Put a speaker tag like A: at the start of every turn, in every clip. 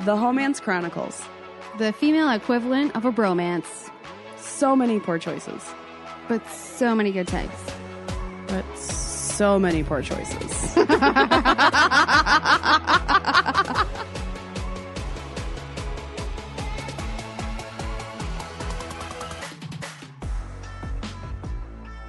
A: The Homance Chronicles.
B: The female equivalent of a bromance,
A: So many poor choices,
B: but so many good types.
A: but so many poor choices.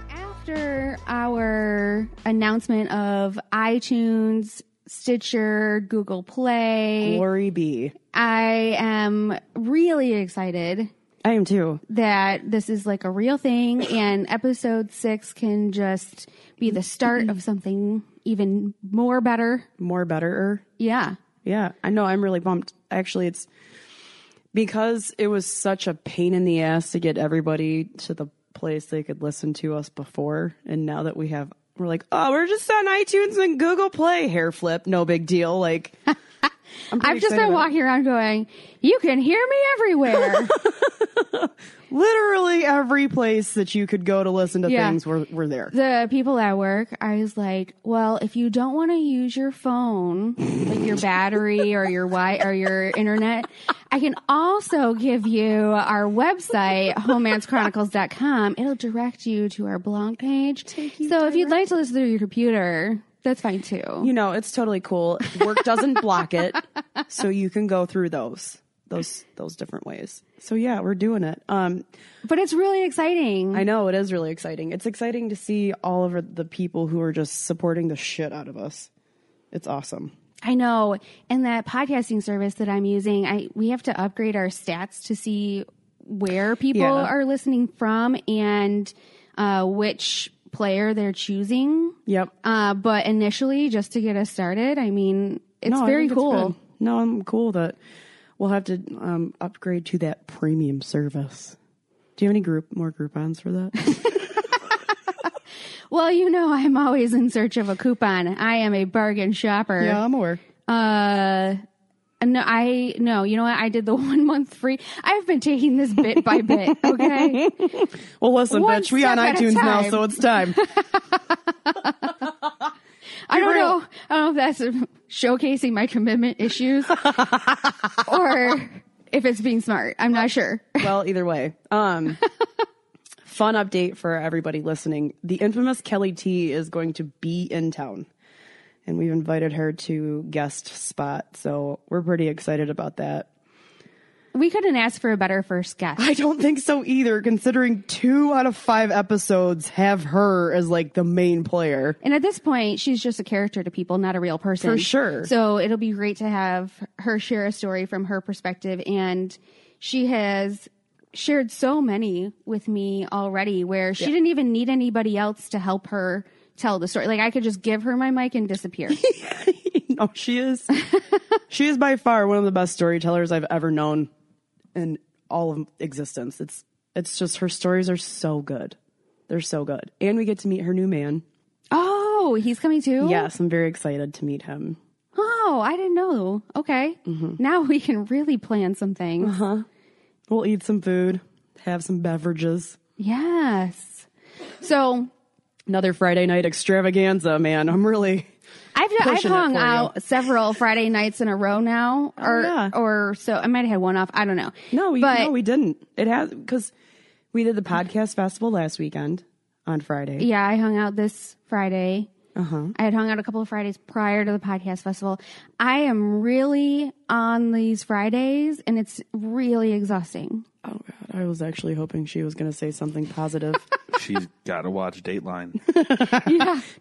B: After our announcement of iTunes, Stitcher, Google Play,
A: Glory be.
B: I am really excited
A: I am too.
B: that this is like a real thing and episode six can just be the start of something even more better.
A: More better.
B: Yeah.
A: Yeah, I know. I'm really bummed. Actually, it's because it was such a pain in the ass to get everybody to the place they could listen to us before, and now that we have, we're like, oh, we're just on iTunes and Google Play. Hair flip, no big deal. Like, I'm pretty
B: I've just
A: excited
B: been
A: about it.
B: walking around going, you can hear me everywhere.
A: Literally every place that you could go to listen to
B: Yeah.
A: things, we're we're there.
B: the people at work, I was like, well, if you don't want to use your phone, like your battery or your wi or your internet, I can also give you our website, homancechronicles.com. It'll direct you to our blog page. so if you'd like to listen through your computer, that's fine too.
A: You know, it's totally cool. Work doesn't block it, so you can go through those those those different ways. So yeah, we're doing it. Um,
B: But it's really exciting.
A: I know it is really exciting. It's exciting to see all of the people who are just supporting the shit out of us. It's awesome.
B: I know. And that podcasting service that I'm using, I we have to upgrade our stats to see where people
A: Yeah.
B: are listening from and uh, which player they're choosing.
A: Yep.
B: Uh, but initially, just to get us started, I mean, it's
A: No, I
B: very
A: think
B: cool.
A: good. no, I'm cool that we'll have to um, upgrade to that premium service. Do you have any group more Groupon's for that?
B: well, you know, I'm always in search of a coupon. I am a bargain shopper.
A: yeah, I'm aware.
B: Uh, no, I no. You know what? I did the one month free. I've been taking this bit by bit. Okay.
A: Well, listen,
B: One
A: bitch, we on
B: step at a
A: iTunes now,
B: time.
A: so it's time.
B: I don't
A: real.
B: know. I don't know if that's showcasing my commitment issues or if it's being smart. I'm not sure.
A: well, either way, um, fun update for everybody listening. The infamous Kelly T is going to be in town, and we've invited her to guest spot. So we're pretty excited about that.
B: We couldn't ask for a better first guest.
A: I don't think so either, considering two out of five episodes have her as like the main player.
B: and at this point, she's just a character to people, not a real person.
A: For sure.
B: So it'll be great to have her share a story from her perspective. And she has shared so many with me already where she didn't even need anybody else to help her tell the story. Like I could just give her my mic and disappear.
A: no, she is. she is by far one of the best storytellers I've ever known in all of existence. It's it's just her stories are so good. They're so good. And we get to meet her new man.
B: oh, he's coming too?
A: Yes, I'm very excited to meet him.
B: Oh, I didn't know. Okay.
A: Mm-hmm.
B: Now we can really plan some things.
A: Uh-huh. We'll eat some food, have some beverages.
B: Yes. So
A: Another Friday night extravaganza, man. I'm really
B: I've, I've
A: Pushing it
B: hung
A: for you. Oh,
B: out several Friday nights in a row now, or
A: yeah.
B: or so. I might have had one off. I don't know.
A: No, we
B: but
A: no, we didn't. It has because we did the podcast festival last weekend on Friday.
B: yeah, I hung out this Friday.
A: Uh-huh.
B: I had hung out a couple of Fridays prior to the podcast festival. I am really on these Fridays, and it's really exhausting.
A: Oh God, I was actually hoping she was going to say something positive.
C: She's got to watch Dateline.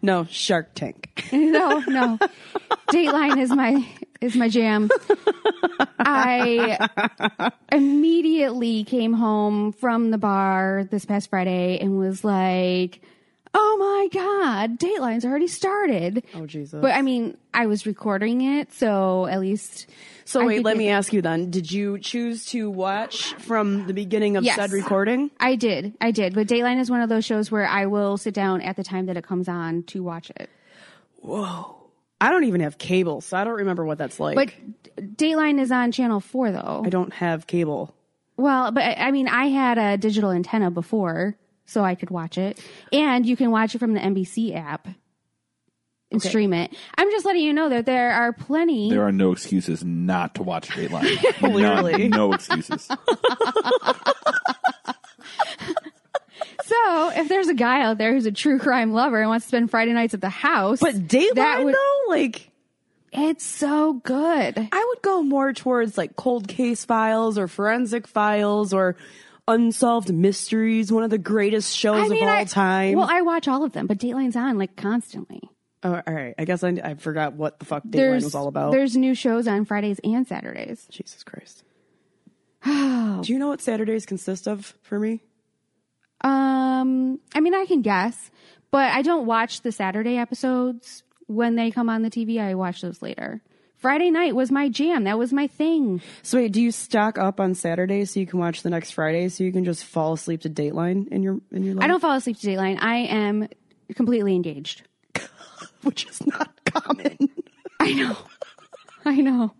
A: no, Shark Tank.
B: no, no. Dateline is my is my jam. I immediately came home from the bar this past Friday and was like, oh my God, Dateline's already started.
A: Oh Jesus!
B: But I mean, I was recording it, so at least.
A: so
B: I
A: wait,
B: think
A: let
B: it-
A: me ask you then: Did you choose to watch from the beginning of
B: Yes.
A: said recording?
B: I did. I did. But Dateline is one of those shows where I will sit down at the time that it comes on to watch it.
A: I don't even have cable, so I don't remember what that's like.
B: But Dateline is on Channel 4, though.
A: I don't have cable.
B: Well, but I I mean, I had a digital antenna before, so I could watch it. And you can watch it from the NBC app and stream it. I'm just letting you know that there are plenty.
C: There are no excuses not to watch Dateline. None.
A: Clearly.
C: no excuses.
B: so if there's a guy out there who's a true crime lover and wants to spend Friday nights at the house,
A: But Dateline,
B: that would-
A: though, like
B: it's so good.
A: I would go more towards like cold case files or forensic files or unsolved mysteries. One of the greatest shows
B: I mean,
A: of all
B: I,
A: time.
B: Well, I watch all of them, but Dateline's on like constantly.
A: oh, all right, I guess I, I forgot what the fuck Dateline
B: There's
A: was all about.
B: There's new shows on Fridays and Saturdays.
A: Jesus Christ. Do you know what Saturdays consist of for me?
B: Um, I mean, I can guess, but I don't watch the Saturday episodes when they come on the TV. I watch those later. Friday night was my jam. That was my thing.
A: So wait, do you stock up on Saturdays so you can watch the next Friday so you can just fall asleep to Dateline in your in your life?
B: I don't fall asleep to Dateline. I am completely engaged.
A: which is not common.
B: I know. I know.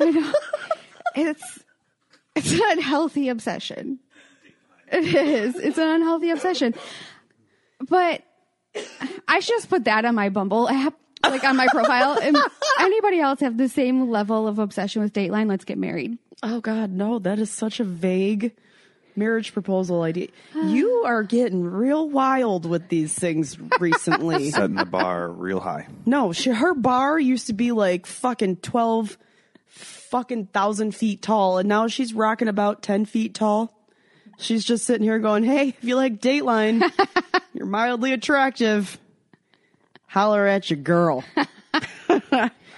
B: I know. It's it's an unhealthy obsession. It is. It's an unhealthy obsession. But I should just put that on my Bumble app, like on my profile. And anybody else have the same level of obsession with Dateline? Let's get married.
A: Oh God, no! That is such a vague marriage proposal idea. you are getting real wild with these things recently.
C: Setting the bar real high.
A: no, she, her bar used to be like fucking twelve, fucking thousand feet tall, and now she's rocking about ten feet tall. She's just sitting here going, "Hey, if you like Dateline, you're mildly attractive. Holler at your girl."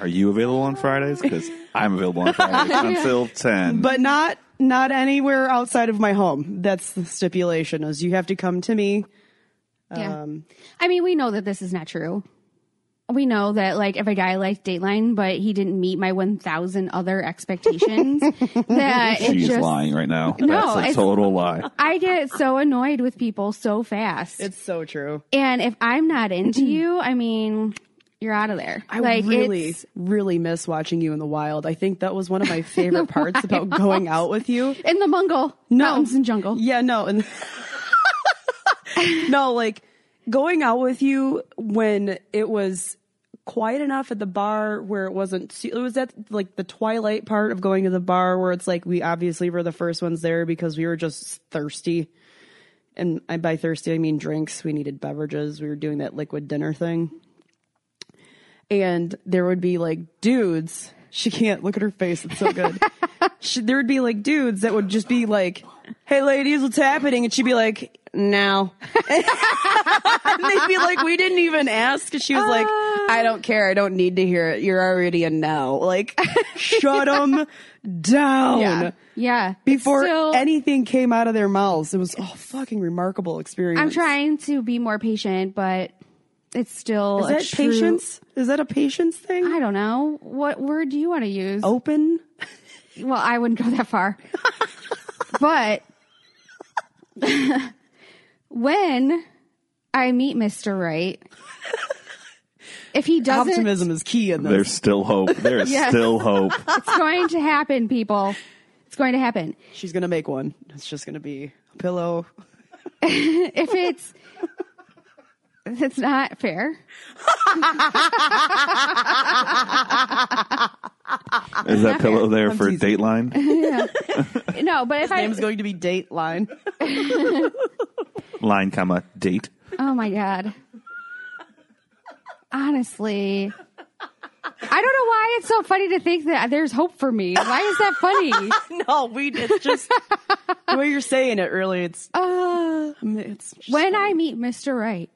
C: Are you available on Fridays? Because I'm available on Fridays until 10.
A: but not not anywhere outside of my home. That's the stipulation: is you have to come to me.
B: Yeah. I mean, we know that this is not true. We know that, like, if a guy liked Dateline, but he didn't meet my 1,000 other expectations, that it
C: She's
B: just,
C: lying right now. That's
B: it's-
C: a total lie.
B: I get so annoyed with people so fast.
A: It's so true.
B: and if I'm not into you, I mean, you're out of there.
A: I really,
B: it's-
A: really miss watching you in the wild. I think that was one of my favorite parts about going out with you.
B: in the Mungle mountains and jungle.
A: Yeah, no, and no, like going out with you when it was quiet enough at the bar where it wasn't. It was at like the twilight part of going to the bar where it's like we obviously were the first ones there because we were just thirsty. And I, by thirsty, I mean drinks. We needed beverages. We were doing that liquid dinner thing. And there would be like dudes. She can't look at her face. It's so good. she, there would be like dudes that would just be like, "Hey, ladies, what's happening?" And she'd be like, "No." and they'd be like, "We didn't even ask." And she was like,
B: Uh.
A: "I don't care. I don't need to hear it. You're already a no." Like, shut them down
B: Yeah. Yeah.
A: before
B: So,
A: anything came out of their mouths. It was a fucking remarkable experience.
B: I'm trying to be more patient, but it's still
A: Is
B: a
A: that
B: true-
A: patience? Is that a patience thing?
B: I don't know. What word do you want to
A: Oh,
B: use?
A: Open.
B: Well, I wouldn't go that far. but when I meet Mr. Right, if he doesn't,
A: Optimism is key in this.
C: There's still hope. There's
B: Yes.
C: still hope.
B: it's going to happen, people. It's going to happen.
A: She's gonna make one. It's just gonna be a pillow.
B: If it's it's not fair.
C: Is that pillow there
A: I'm
C: for
A: teasing.
C: Dateline?
B: No, but if I
A: Name's going to be Dateline.
C: Line, comma, date.
B: Oh my god. Honestly. I don't know why it's so funny to think that there's hope for me. Why is that funny?
A: no, we. It's just the way you're saying it. Really, it's.
B: Uh
A: it's just-
B: when I meet Mr. Right,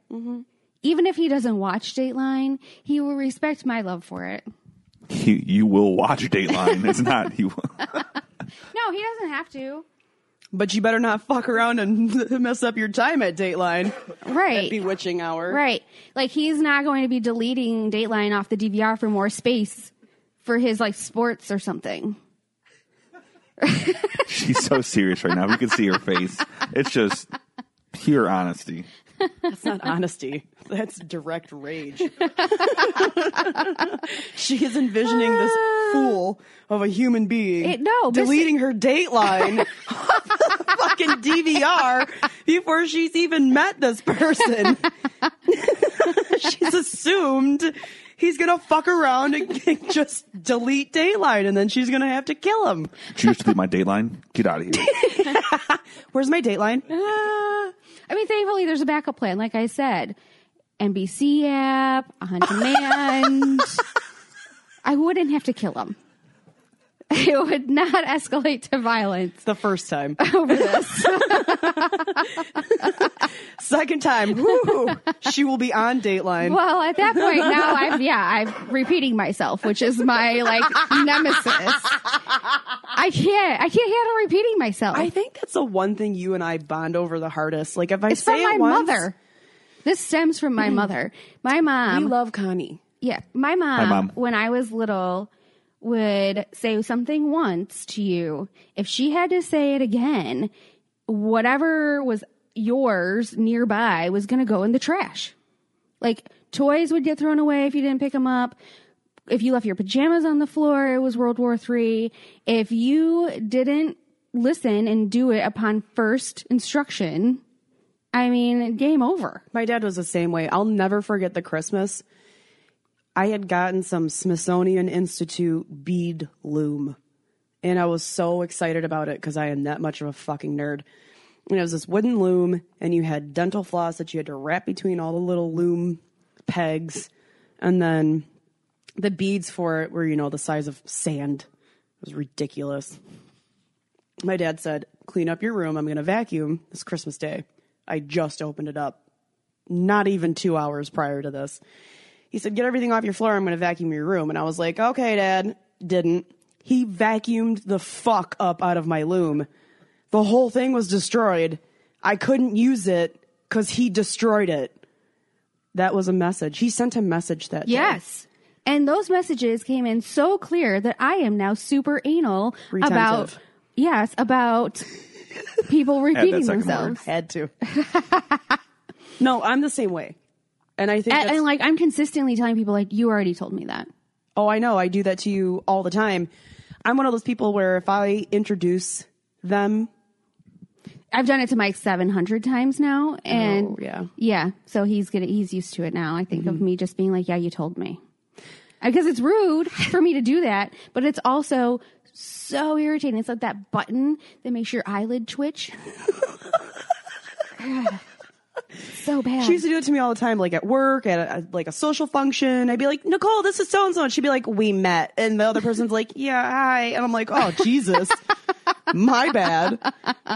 B: even if he doesn't watch Dateline, he will respect my love for it.
C: You, you will watch Dateline. It's not. You.
B: No, he doesn't have to.
A: But you better not fuck around and mess up your time at Dateline.
B: Right.
A: At bewitching hour.
B: Right. Like he's not going to be deleting Dateline off the DVR for more space for his like sports or something.
C: She's so serious right now. You can see her face. It's just pure honesty.
A: That's not honesty. That's direct rage. she is envisioning this fool of a human being.
B: It- no, this-
A: deleting her Dateline, off the fucking DVR before she's even met this person. she's assumed he's gonna fuck around and just delete Dateline, and then she's gonna have to kill him.
C: Did you used to be my Dateline? Get out of here.
A: Where's my Dateline?
B: I mean, thankfully there's a backup plan. Like I said, NBC app on demand. I wouldn't have to kill him. It would not escalate to violence
A: the first time.
B: over this.
A: Second time, whoo, she will be on Dateline.
B: well, at that point now, I'm yeah, I'm repeating myself, which is my like nemesis. I can't, I can't handle repeating myself.
A: I think that's the one thing you and I bond over the hardest. Like if I
B: It's
A: say
B: from my
A: it once, Mm.
B: mother. This stems from my mother. My mom.
A: we love Connie.
B: yeah, my mom,
C: mom.
B: When I was little, would say something once to you. If she had to say it again, whatever was yours nearby was going to go in the trash. Like toys would get thrown away if you didn't pick them up. If you left your pajamas on the floor, it was World War Three. If you didn't listen and do it upon first instruction, I mean, game over.
A: My dad was the same way. I'll never forget the Christmas. I had gotten some Smithsonian Institute bead loom, and I was so excited about it because I am that much of a fucking nerd. And it was this wooden loom, and you had dental floss that you had to wrap between all the little loom pegs, and then the beads for it were, you know, the size of sand. It was ridiculous. My dad said, Clean up your room. I'm going to vacuum this Christmas day. I just opened it up not even two hours prior to this. He said, Get everything off your floor. I'm going to vacuum your room. And I was like, Okay, Dad. Didn't. He vacuumed the fuck up out of my loom. The whole thing was destroyed. I couldn't use it because he destroyed it. That was a message. He sent a message that day.
B: Yes. And those messages came in so clear that I am now super anal
A: Retentive.
B: about yes, about people repeating
C: second word.
B: themselves.
A: Had to. no, I'm the same way. And I think
B: And,
A: that's-
B: and like I'm consistently telling people like you already told me that.
A: Oh, I know. I do that to you all the time. I'm one of those people where if I introduce them,
B: I've done it to Mike 700 times now and
A: Oh, yeah. Mm-hmm.
B: Yeah, so he's going to he's used to it now. I think of me just being like, "Yeah, you told me." Because it's rude for me to do that, but it's also so irritating. It's like that button that makes your eyelid twitch. Ugh. so bad.
A: she used to do it to me all the time, like at work, at a, like a social function. I'd be like, Nicole, this is so and so. And she'd be like, we met. And the other person's like, yeah, hi. And I'm like, oh, Jesus. My bad.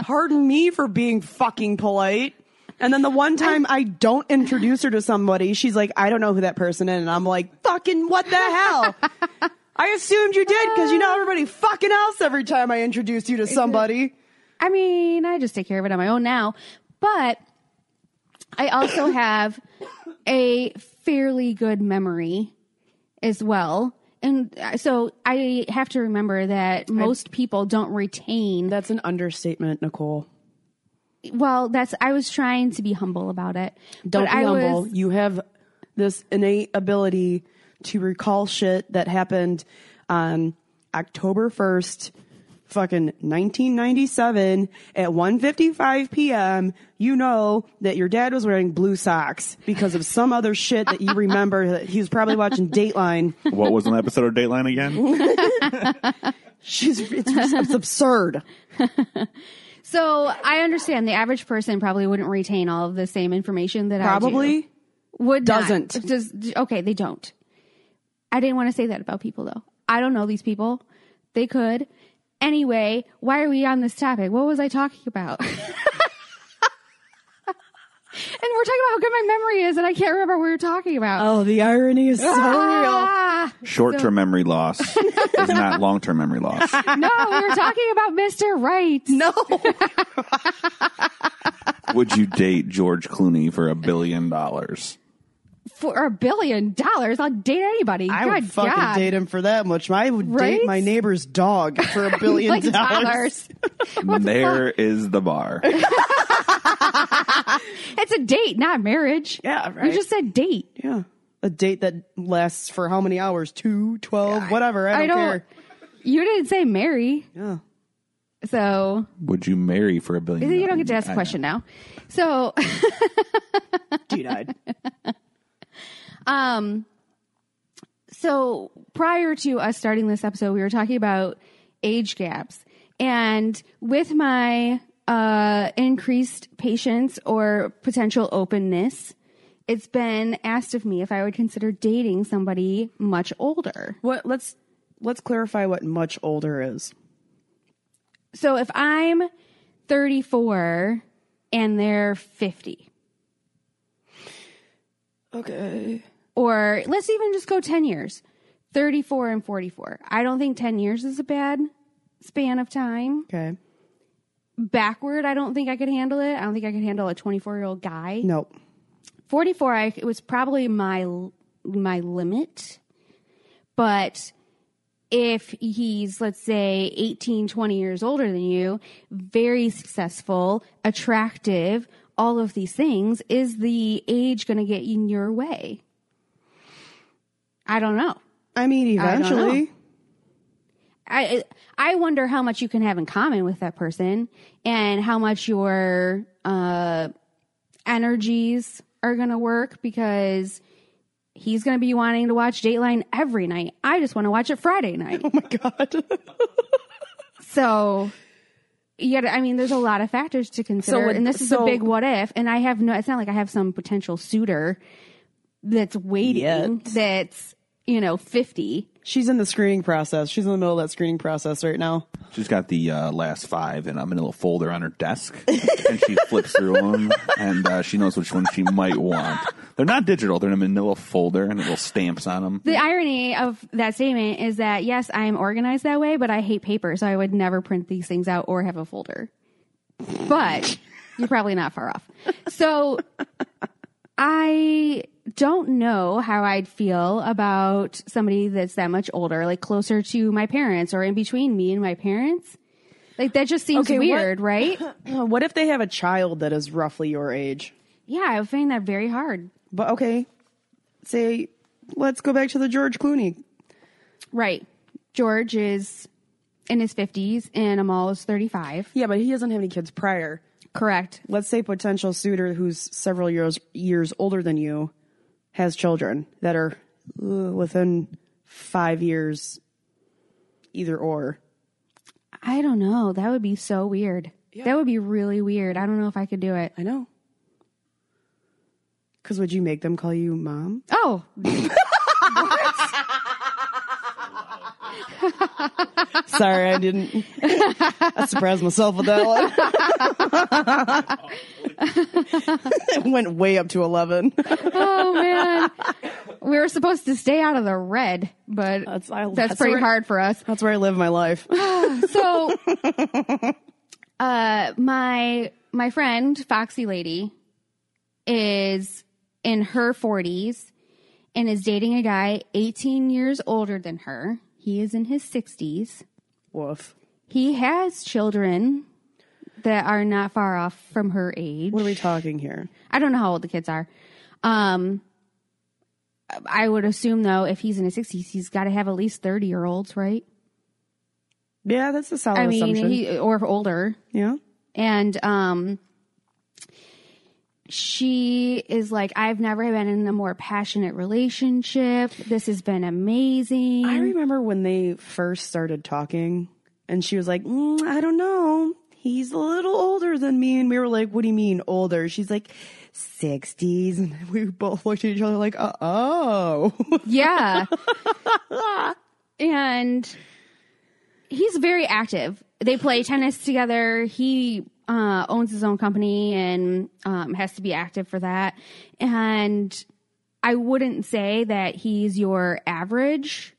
A: Pardon me for being fucking polite. And then the one time I don't introduce her to somebody, she's like, I don't know who that person is. And I'm like, fucking what the hell? I assumed you did because you know everybody fucking else every time I introduce you to somebody.
B: I mean, I just take care of it on my own now. But I also have a fairly good memory as well. And uh, so I have to remember that most people don't retain.
A: That's an understatement, Nicole.
B: Well, that's, I was trying to be humble about it.
A: Don't
B: But
A: be
B: I
A: humble.
B: Was,
A: You have this innate ability to recall shit that happened on October 1st, fucking 1997 at 1:55 p.m. You know that your dad was wearing blue socks because of some other shit that you remember that he was probably watching Dateline.
C: What was an episode of Dateline again?
A: She's it's, it's absurd.
B: so I understand the average person probably wouldn't retain all of the same information that I do.
A: Probably
B: would not.
A: Doesn't.
B: Does, okay they don't i didn't want to say that about people though i don't know these people they could anyway why are we on this topic what was i talking about And we're talking about how good my memory is, and I can't remember what we were talking about.
A: Oh, the irony is so real.
B: Ah!
C: Short term memory loss is not long term memory loss.
B: No, we were talking about Mr. Right.
A: No.
C: Would you date George Clooney for a billion dollars?
B: For a billion dollars, I'll date anybody.
A: I
B: God,
A: would fucking
B: God.
A: date him for that much. I would
B: Right?
A: date my neighbor's dog for a billion
B: Like
A: dollars.
B: dollars.
C: There is the bar.
B: It's a date, not marriage.
A: Yeah,
B: We
A: right.
B: just said date.
A: Yeah. A date that lasts for how many hours? Two, twelve, whatever. I don't, care.
B: You didn't say marry,
A: Yeah.
B: so
C: Would you marry for a billion?
B: you don't get to ask the
C: I know.
B: question now. So,
A: Dude, I'd.
B: um, so prior to us starting this episode, we were talking about age gaps, and with my uh, increased patience or potential openness, it's been asked of me if I would consider dating somebody much older.
A: What? Let's let's clarify what much older is.
B: So if I'm 34 and they're 50,
A: Okay.
B: or let's even just go 10 years 34 and 44. I don't think 10 years is a bad span of time.
A: Okay.
B: Backward, I don't think I could handle it. I don't think I could handle a 24 year old guy.
A: Nope.
B: 44, I, it was probably my my limit. But if he's let's say 18 20 years older than you very successful attractive all of these things is the age going to get in your way i don't know
A: I mean,
B: don't know.
A: eventually.
B: i i wonder how much you can have in common with that person and how much your uh energies are going to work because he's going to be wanting to watch dateline every night i just want to watch it friday night
A: Oh my god.
B: So, yeah, I mean, there's a lot of factors to consider,
A: would-
B: and this is
A: so-
B: a big what if. And I have no, it's not like I have some potential suitor that's waiting
A: Yet.
B: that's you know 50.
A: She's in the screening process. She's in the middle of that screening process right now.
C: She's got the uh, last five in a manila folder on her desk, and she flips through them, and uh, she knows which one she might want. They're not digital; they're in a manila folder, and little stamps on them.
B: The irony of that statement is that yes, I am organized that way, but I hate paper, so I would never print these things out or have a folder. But you're probably not far off. So I don't know how I'd feel about somebody that's that much older, like closer to my parents or in between me and my parents. Like that just seems
A: Okay, what-
B: weird, right?
A: Uh, What if they have a child that is roughly your age?
B: Yeah, I would find that very hard.
A: But okay, say let's go back to the George Clooney.
B: Right. George is in his 50s and Amal is 35.
A: Yeah, but he doesn't have any kids prior.
B: Correct.
A: Let's say potential suitor who's several years years older than you has children that are uh, within five years, either or.
B: I don't know. That would be so weird. That would be really weird. I don't know if I could do it.
A: I know. Because would you make them call you mom?
B: Oh,
A: Sorry, I didn't. I surprised myself with that one. it went way up to 11.
B: oh man. we were supposed to stay out of the red,
A: That's-
B: but that's,
A: I- Uh, that's
B: pretty
A: where-
B: hard for us.
A: That's where I live my life.
B: So, uh, my my friend Foxy Lady is in her forties and is dating a guy eighteen years older than her. He is in his sixties.
A: Woof.
B: He has children that are not far off from her age.
A: What are we talking here?
B: I don't know how old the kids are. Um, I would assume though, if he's in his sixties, he's got to have at least thirty year olds, right?
A: Yeah, that's a solid
B: I mean,
A: Oh, assumption.
B: he or older.
A: yeah.
B: And um, she is like, I've never been in a more passionate relationship. This has been amazing.
A: I remember when they first started talking, and she was like, mm, I don't know. He's a little older than me. And we were like, What do you mean older? She's like, 60s. And we both looked at each other like, uh Oh.
B: yeah. and he's very active. They play tennis together. He uh, owns his own company and um, has to be active for that. And I wouldn't say that he's your average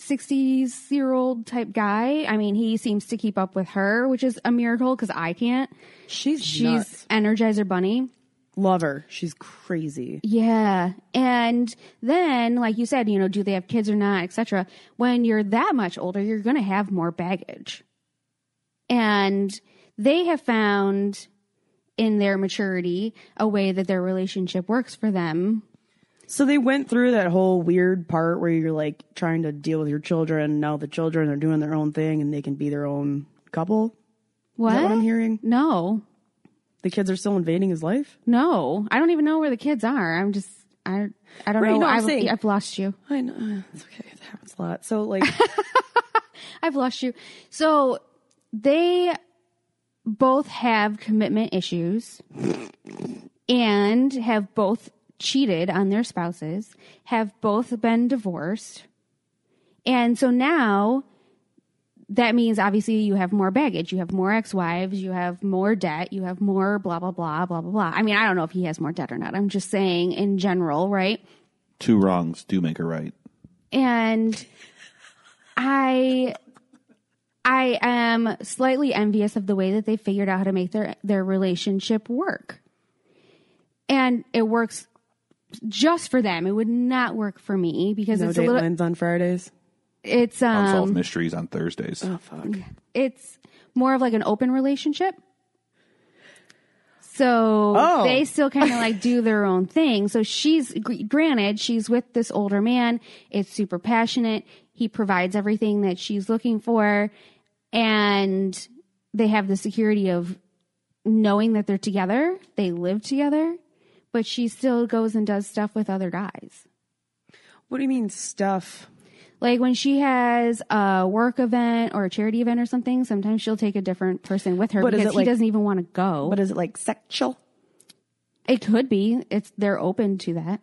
B: 60s year old type guy. I mean, he seems to keep up with her, which is a miracle because I can't.
A: She's
B: She's
A: nuts.
B: Energizer Bunny.
A: love her. She's crazy.
B: Yeah. And then, like you said, you know, do they have kids or not, etc. When you're that much older, you're going to have more baggage. And they have found in their maturity a way that their relationship works for them.
A: So they went through that whole weird part where you're like trying to deal with your children. Now the children are doing their own thing and they can be their own couple.
B: What?
A: Is that what I'm hearing?
B: No.
A: The kids are still invading his life.
B: No. I don't even know where the kids are. I'm just I I don't
A: Right,
B: know.
A: no, I'm
B: I've,
A: saying-
B: I've lost you.
A: I know it's okay. It happens a lot. So like,
B: I've lost you. So they both have commitment issues and have both cheated on their spouses, have both been divorced. And so now that means obviously you have more baggage, you have more ex wives, you have more debt, you have more blah, blah, blah, blah, blah, blah. I mean, I don't know if he has more debt or not. I'm just saying in general, right?
C: Two wrongs do make a right.
B: and i i am slightly envious of the way that they figured out how to make their their relationship work and it works just for them it would not work for me because
A: no
B: it's a little
A: datelines on Fridays.
B: it's
C: Unsolved
B: um
C: mysteries on Thursdays.
A: Oh fuck.
B: it's more of like an open relationship so
A: Oh.
B: they still kind of like do their own thing. So she's gr- granted she's with this older man. It's super passionate. He provides everything that she's looking for and they have the security of knowing that they're together. They live together, but she still goes and does stuff with other guys.
A: What do you mean stuff?
B: Like when she has a work event or a charity event or something, sometimes she'll take a different person with her
A: But is
B: because
A: it
B: he
A: like-
B: doesn't even want to go.
A: But is it like sexual?
B: it could be. It's they're open to that.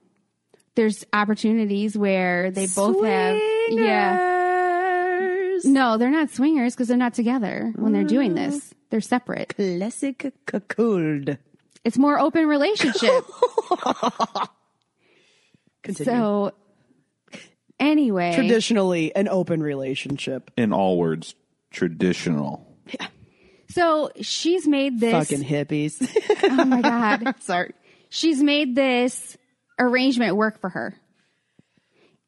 B: There's opportunities where they both have yeah.
A: Swingers.
B: No, they're not swingers because they're not together when they're doing
A: Mm.
B: this. They're separate.
A: Classic cuckold.
B: It's more open relationship.
A: Continue.
B: so anyway,
A: Traditionally, an open relationship.
C: In all words, traditional.
B: so she's made this
A: Fucking hippies.
B: Oh my god.
A: Sorry.
B: She's made this arrangement work for her.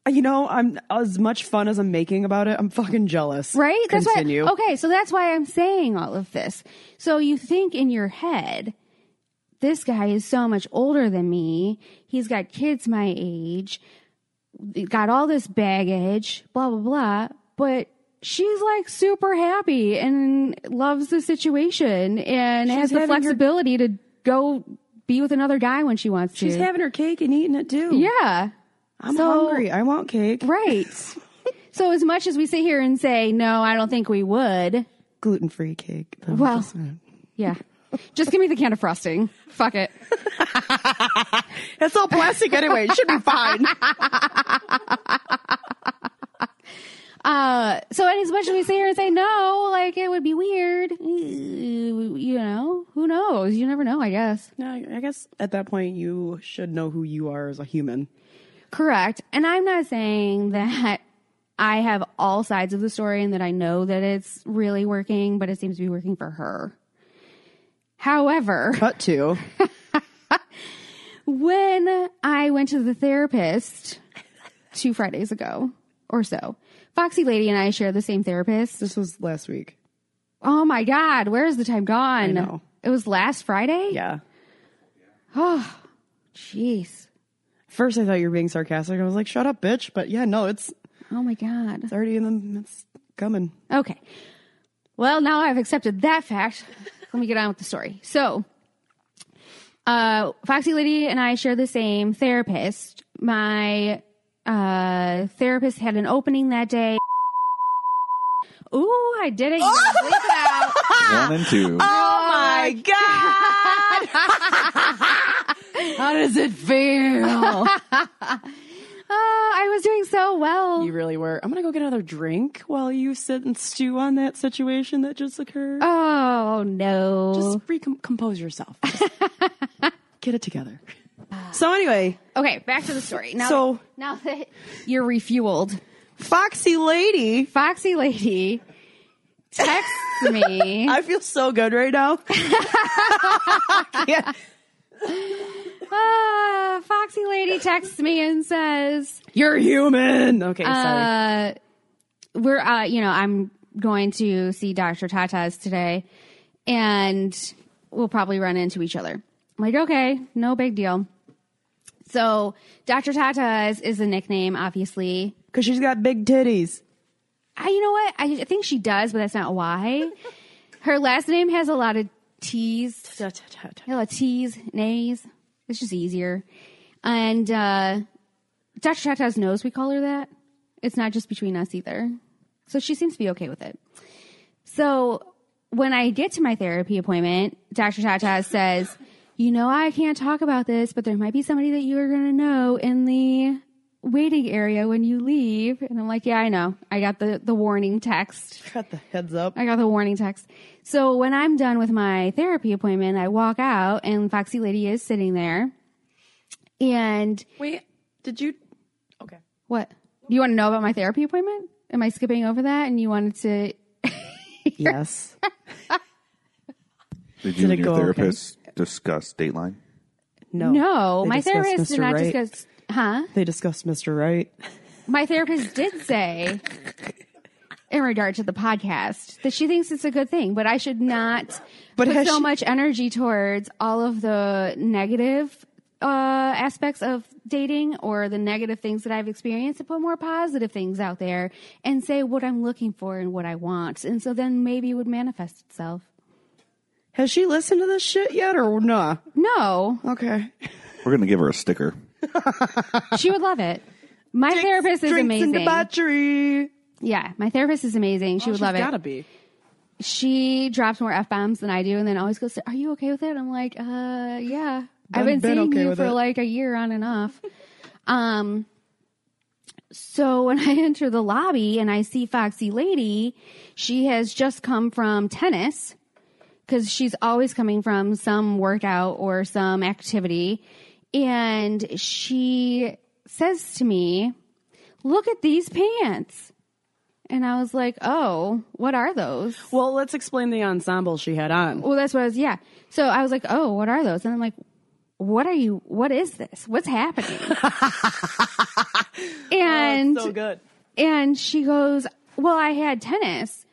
A: You know, I'm as much fun as I'm making about it. I'm fucking jealous.
B: Right?
A: Continue.
B: That's why, okay, so that's why I'm saying all of this. So you think in your head, this guy is so much older than me. He's got kids my age, got all this baggage, blah, blah, blah. But she's like super happy and loves the situation and has the
A: having her-
B: flexibility to go be with another guy when she wants
A: She's
B: to.
A: having her cake and eating it too.
B: yeah.
A: I'm
B: so-
A: hungry. I want cake.
B: Right. so as much as we sit here and say, no, I don't think we would.
A: Gluten free cake. I'm
B: Well,
A: just-
B: Yeah. Just give me the can of frosting. Fuck it.
A: it's all plastic anyway. It should be fine.
B: Uh, so and as much as we sit here and say no, like it would be weird, Uh, you know, who knows? You never know, I guess.
A: no, I guess at that point you should know who you are as a human.
B: Correct. And I'm not saying that I have all sides of the story and that I know that it's really working, but it seems to be working for her. However,
A: Cut to.
B: when I went to the therapist two Fridays ago or so, Foxy Lady and I share the same therapist.
A: This was last week.
B: Oh my God, where is the time gone?
A: know.
B: It was last Friday?
A: Yeah.
B: Jeez.
A: First, I thought you were being sarcastic. I was like, "Shut up, bitch!" But yeah, no, it's
B: Oh my God.
A: it's already in the it's coming.
B: Okay. Well, now I've accepted that fact. Let me get on with the story. So, uh, Foxy Lady and I share the same therapist. My uh, therapist had an opening that day. Ooh, I did it. You gotta bleep it out.
C: One and
A: Oh
C: two.
A: my god! How does it feel?
B: Oh, I was doing so well.
A: You really were. I'm gonna go get another drink while you sit and stew on that situation that just occurred.
B: oh no.
A: Just recompose yourself. Ah. Just get it together. So anyway,
B: okay, back to the story. Now,
A: So-
B: now that you're refueled,
A: Foxy Lady.
B: Foxy Lady texts me.
A: I feel so good right now. yeah.
B: Ah, Foxy Lady texts me and says,
A: You're human. Okay, sorry.
B: uh, we're, uh, you know, I'm going to see Dr. Tata's today and we'll probably run into each other. I'm like, okay, no big deal. So Dr. Tata's is a nickname, obviously.
A: Because she's got big titties.
B: I, you know what? I think she does, but that's not why. Her last name has a lot of T's Hello, T's, nays. It's just easier. And uh, Dr. Tata's knows we call her that. It's not just between us either. So she seems to be okay with it. So when I get to my therapy appointment, Dr. Tata says, You know, I can't talk about this, but there might be somebody that you are going to know in the waiting area when you leave. And I'm like, Yeah, I know. I got the, the warning text.
A: Cut the heads up.
B: I got the warning text. So when I'm done with my therapy appointment, I walk out and Foxy Lady is sitting there. And
A: Wait, did you? Okay.
B: what? Do you want to know about my therapy appointment? Am I skipping over that? And you wanted to?
A: Yes.
C: Did you
A: Did it
C: and your
A: go okay?
C: therapist discuss Dateline?
A: No.
B: no,
A: They
B: my
A: discussed
B: therapist did
A: Mr.
B: not
A: Right.
B: discuss. Huh?
A: They discussed Mr. Right.
B: My therapist did say, in regard to the podcast, that she thinks it's a good thing, but I should not
A: But
B: put
A: has
B: so
A: she-
B: much energy towards all of the negative uh, aspects of dating or the negative things that I've experienced, and put more positive things out there and say what I'm looking for and what I want, and so then maybe it would manifest itself.
A: Has she listened to this shit yet or nah?
B: No,
A: Okay.
C: We're going to give her a sticker.
B: she would love it. My therapist is
A: Drinks and
B: amazing.
A: debauchery.
B: yeah, my therapist is amazing. She would love it.
A: Oh, Gotta be.
B: she drops more f bombs than I do, and then always goes, "Are you okay with it?" I'm like, "Uh, yeah, I've been,
A: been
B: seeing
A: okay
B: you
A: with
B: for
A: it."
B: like a year on and off." um, so when I enter the lobby and I see Foxy Lady, she has just come from tennis because she's always coming from some workout or some activity, and she says to me, "Look at these pants." And I was like, "Oh, what are those?"
A: Well, let's explain the ensemble she had on.
B: Well, that's what I was. Yeah. So I was like, oh, what are those? And I'm like, what are you? What is this? What's happening? and
A: so good.
B: and she goes, well, I had tennis,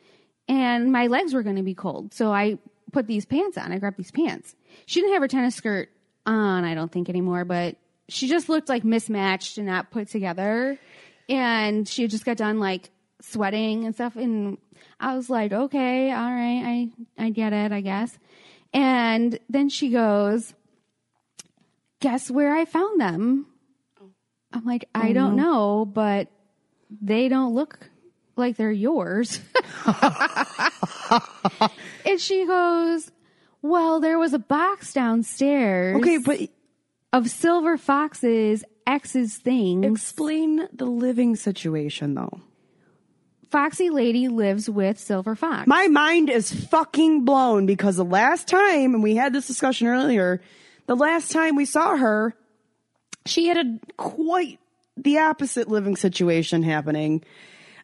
B: and my legs were going to be cold, so I put these pants on. I grabbed these pants. She didn't have her tennis skirt on, I don't think anymore, but she just looked like mismatched and not put together, and she had just got done like sweating and stuff and I was like, okay, all right, I I get it, I guess. And then she goes, guess where I found them? Oh. I'm like, I don't know, but they don't look like they're yours. and she goes, well, there was a box downstairs
A: Okay, but
B: of Silver Fox's ex's things.
A: explain the living situation though.
B: Foxy Lady lives with Silver Fox.
A: My mind is fucking blown because the last time, and we had this discussion earlier, the last time we saw her, she had a quite the opposite living situation happening.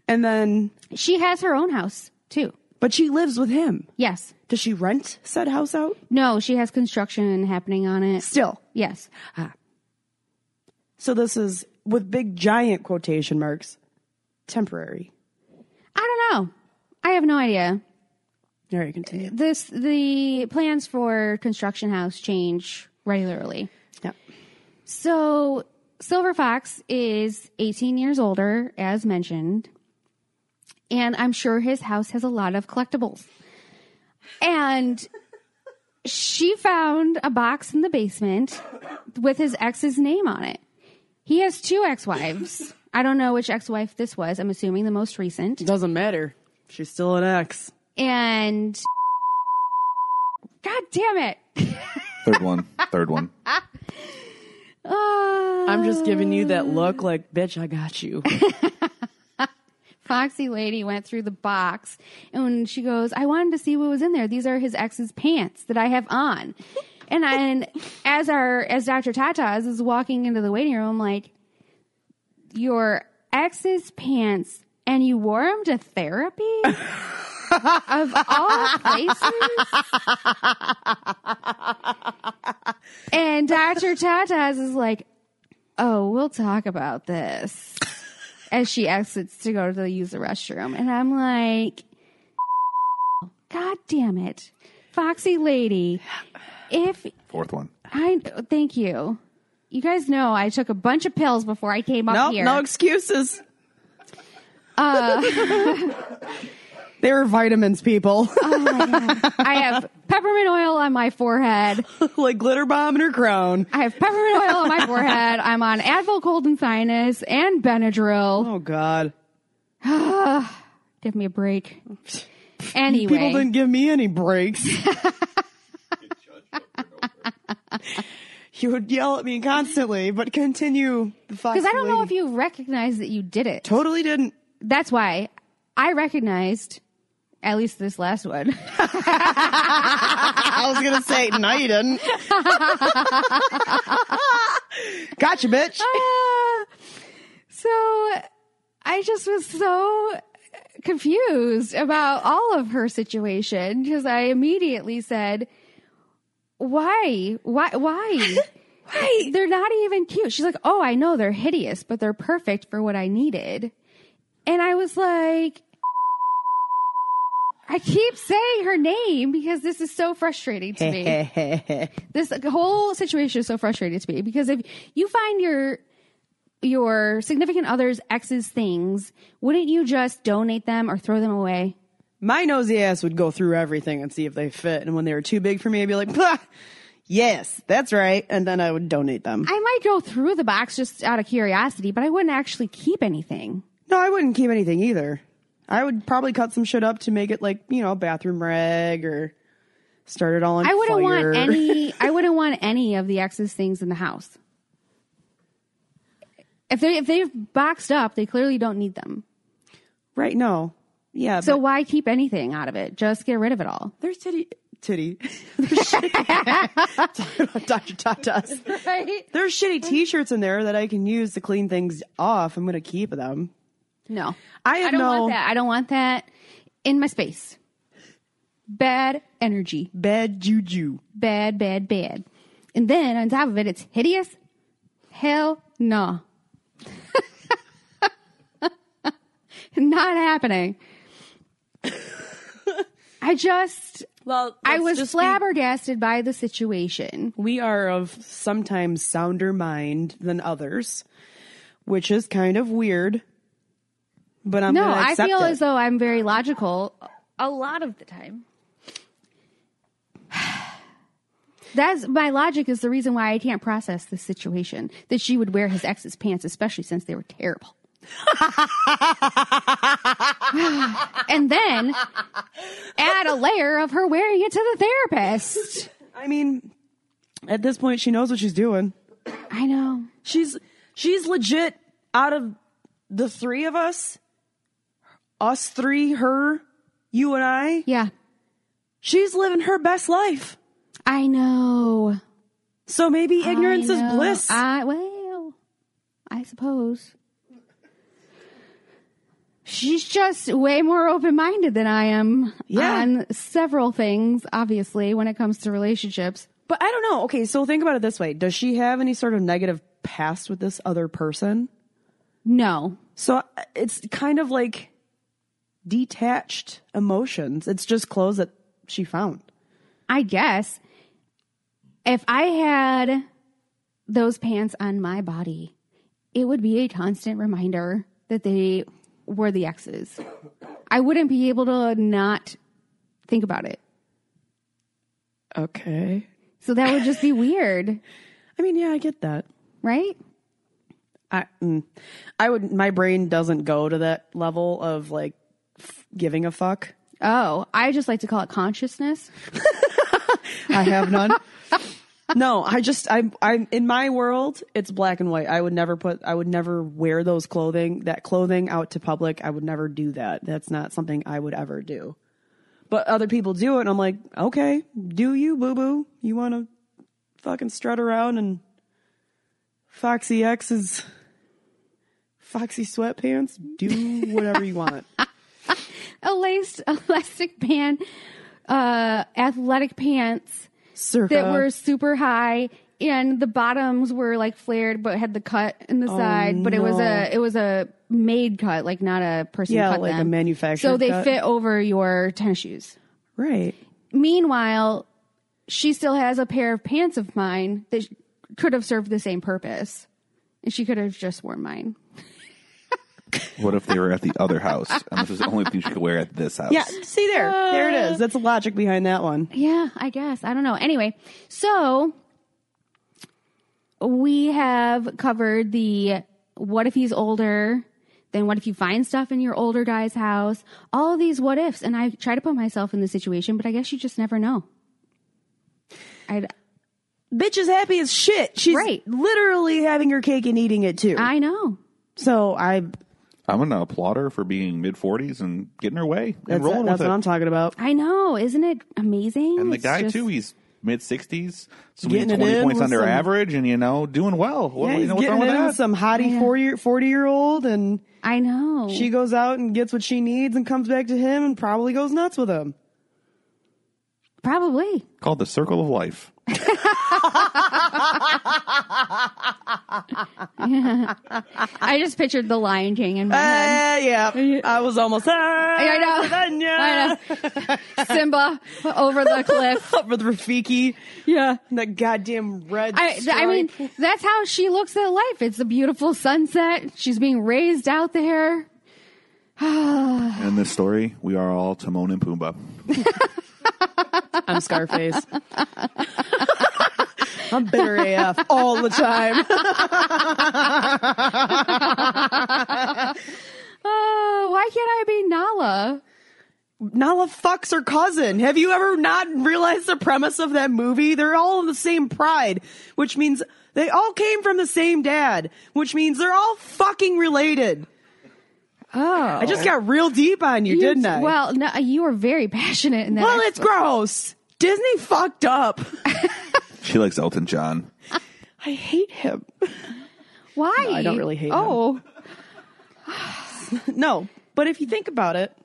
A: And then,
B: she has her own house too.
A: but she lives with him.
B: Yes.
A: Does she rent said house out?
B: No, she has construction happening on it.
A: Still.
B: Yes.
A: So this is with big giant quotation marks, temporary.
B: I don't know. I have no idea.
A: All right, continue.
B: This the plans for construction house change regularly.
A: Yep.
B: So Silver Fox is 18 years older, as mentioned, and I'm sure his house has a lot of collectibles. And she found a box in the basement with his ex's name on it. He has two ex-wives. I don't know which ex-wife this was. I'm assuming the most recent.
A: Doesn't matter. She's still an ex.
B: And God damn it.
C: Third one. Third one.
A: I'm just giving you that look like, bitch, I got you.
B: Foxy lady went through the box and she goes, I wanted to see what was in there. These are his ex's pants that I have on. And I, and as our as Dr. Tatas is walking into the waiting room, I'm like, your ex's pants and you wore them to therapy? of all places? and Dr. Tatas is like, oh, we'll talk about this as she exits to go to the, use the restroom. And I'm like, God damn it. Foxy lady, if
C: Fourth one.
B: I thank you. You guys know I took a bunch of pills before I came up
A: No,
B: here.
A: no excuses. they were vitamins, people.
B: I have peppermint oil on my forehead.
A: like glitter bomb in her crown.
B: I have peppermint oil on my forehead. I'm on Advil, cold and sinus, and Benadryl.
A: Oh God.
B: Give me a break. Anyway,
A: People didn't give me any breaks. you would yell at me constantly, but continue the
B: because I don't know if you recognize that you did it.
A: totally didn't.
B: That's why I recognized at least this last one.
A: I was gonna say no, you didn't. gotcha, bitch.
B: so I just was so confused about all of her situation because I immediately said, "Why? Why? Why?" Why? They're not even cute. She's like, oh, I know they're hideous, but they're perfect for what I needed. And I was like, I keep saying her name because this is so frustrating to me this whole situation is so frustrating to me because if you find your your significant other's ex's things, wouldn't you just donate them or throw them away?
A: My nosy ass would go through everything and see if they fit, and when they were too big for me, I'd be like, "Pah, yes, that's right, and then I would donate them.
B: I might go through the box just out of curiosity, but I wouldn't actually keep anything.
A: No, I wouldn't keep anything either. I would probably cut some shit up to make it like, you know, bathroom rag or start it all on
B: I wouldn't
A: fire.
B: want any I wouldn't want any of the ex's things in the house. If they if they've boxed up, they clearly don't need them.
A: Right, no. Yeah.
B: So
A: So
B: why keep anything out of it? Just get rid of it all.
A: there's titty titty. Dr. Tatas.
B: Right?
A: There's shitty t shirts in there that I can use to clean things off. I'm gonna keep them.
B: No.
A: I have
B: I don't
A: no
B: want that. I don't want that in my space. Bad energy.
A: bad juju.
B: Bad, bad, bad. And then on top of it, it's hideous. Hell no. Not happening. I just,
A: Well
B: I was flabbergasted by the situation.
A: we are of sometimes sounder mind than others, which is kind of weird. But I'm
B: No,
A: gonna
B: I
A: accept
B: feel
A: it.
B: as though I'm very logical a lot of the time. That's my logic is the reason why I can't process this situation that she would wear his ex's pants, especially since they were terrible. and then add a layer of her wearing it to the therapist.
A: I mean, at this point, she knows what she's doing.
B: I know.
A: She's she's legit out of the three of us, us three, her, you, and I.
B: Yeah.
A: She's living her best life.
B: I know.
A: So maybe ignorance
B: I
A: is
B: know.
A: bliss.
B: I well, I suppose. She's just way more open minded than I am
A: Yeah.
B: on several things, obviously, when it comes to relationships.
A: but I don't know. Okay, so think about it this way: Does she have any sort of negative past with this other person?
B: No.
A: So uh, it's kind of like detached emotions. It's just clothes that she found.
B: I guess if I had those pants on my body, it would be a constant reminder that they were the exes. I wouldn't be able to not think about it.
A: Okay.
B: So that would just be weird,
A: I mean, yeah, I get that.
B: right?
A: I, mm, I would. My brain doesn't go to that level of like f- giving a fuck.
B: Oh, I just like to call it consciousness.
A: I have none. no, I just I'm I'm in my world, it's black and white. I would never put I would never wear those clothing that clothing out to public. I would never do that. That's not something I would ever do. But other people do it and I'm like, okay, do you boo boo? You wanna fucking strut around and Foxy X's Foxy sweatpants? Do whatever you want.
B: a laced elastic band, uh, athletic pants
A: Circa.
B: that were super high, and the bottoms were like flared, but had the cut in
A: Oh,
B: the side. But it was a it was a made cut, like not a person.
A: Yeah,
B: cut
A: like a
B: them.
A: manufactured
B: So they
A: cut.
B: fit over your tennis shoes.
A: right.
B: Meanwhile, she still has a pair of pants of mine that could have served the same purpose, and she could have just worn mine.
C: What if they were at the other house and this was the only thing she could wear at this house?
A: Yeah, see there. there it is. That's the logic behind that one.
B: Yeah, I guess. I don't know. Anyway, so we have covered the what if he's older? Then what if you find stuff in your older guy's house? All of these what ifs. And I try to put myself in the situation, but I guess you just never know. I
A: bitch is happy as shit. She's
B: Right.
A: literally having her cake and eating it too.
B: I know.
A: so I
C: I'm going to applaud her for being mid 40s and getting her way
A: that's,
C: and rolling
A: that's
C: with
A: what
C: it.
A: I'm talking about.
B: I know. Isn't it amazing?
C: and the
B: It's
C: guy
B: just-
C: too. He's mid sixties, so we
A: Getting it
C: 20
A: in
C: points
A: with
C: under
A: some-
C: average, and you know, doing well. What,
A: Yeah,
C: you
A: he's
C: know what's
A: getting
C: wrong with
A: in
C: that?
A: with some hottie four year forty year old, and
B: I know.
A: she goes out and gets what she needs, and comes back to him, and probably goes nuts with him.
B: Probably.
C: Called the circle of life.
B: I just pictured the Lion King in my head.
C: Ah!
A: Uh, yeah, I was almost. Ah, I
B: know. I know. Simba over the cliff.
A: With Rafiki,
B: Yeah.
A: that goddamn red.
B: I, th- I mean,
A: stripe.
B: that's how she looks at life. It's a beautiful sunset. She's being raised out there.
C: In this story, we are all Timon and Pumbaa.
A: I'm Scarface. I'm bitter AF all the time.
B: Oh, why can't I be Nala?
A: Nala fucks her cousin. Have you ever not realized the premise of that movie? They're all in the same pride, which means they all came from the same dad, which means they're all fucking related.
B: Oh,
A: I just got real deep on you, didn't I?
B: Well, no, you were very passionate in that.
A: well, it's gross. Disney fucked up.
C: She likes Elton John.
A: I hate him.
B: why?
A: I don't really hate
B: Oh,
A: No, but if you think about it,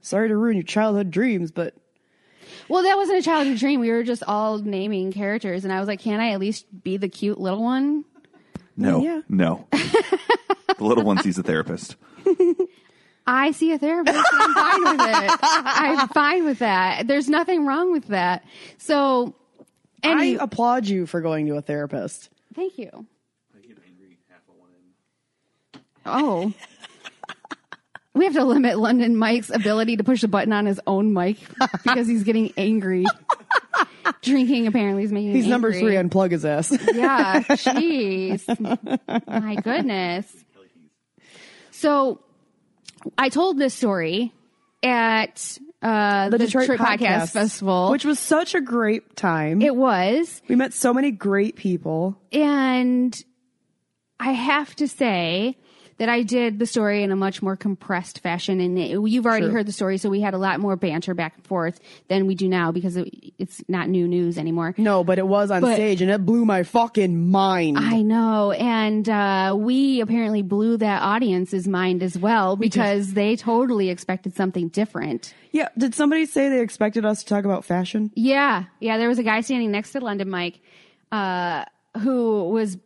A: sorry to ruin your childhood dreams, but
B: well, that wasn't a childhood dream. We were just all naming characters, and I was like, can I at least be the cute little one?
C: No,
A: Yeah.
C: no. the little one sees a therapist.
B: I see a therapist. and I'm fine with it. I'm fine with that. There's nothing wrong with that. So,
A: I
B: any,
A: applaud you for going to a therapist.
B: thank you. Oh. We have to limit London Mike's ability to push the button on his own mic because he's getting angry. Drinking apparently is making him
A: He's number
B: angry.
A: three. Unplug his ass.
B: Yeah, jeez. My goodness. So I told this story at uh, the, Detroit, Podcast, Festival,
A: which was such a great time.
B: it was.
A: we met so many great people.
B: And I have to say that I did the story in a much more compressed fashion. And it, you've already heard the story, so we had a lot more banter back and forth than we do now because it, it's not new news anymore.
A: No, but it was on
B: But-
A: stage and it blew my fucking mind.
B: I know. And uh, we apparently blew that audience's mind as well because they totally expected something different.
A: yeah, did somebody say they expected us to talk about fashion?
B: Yeah. Yeah. There was a guy standing next to London Mike uh, who was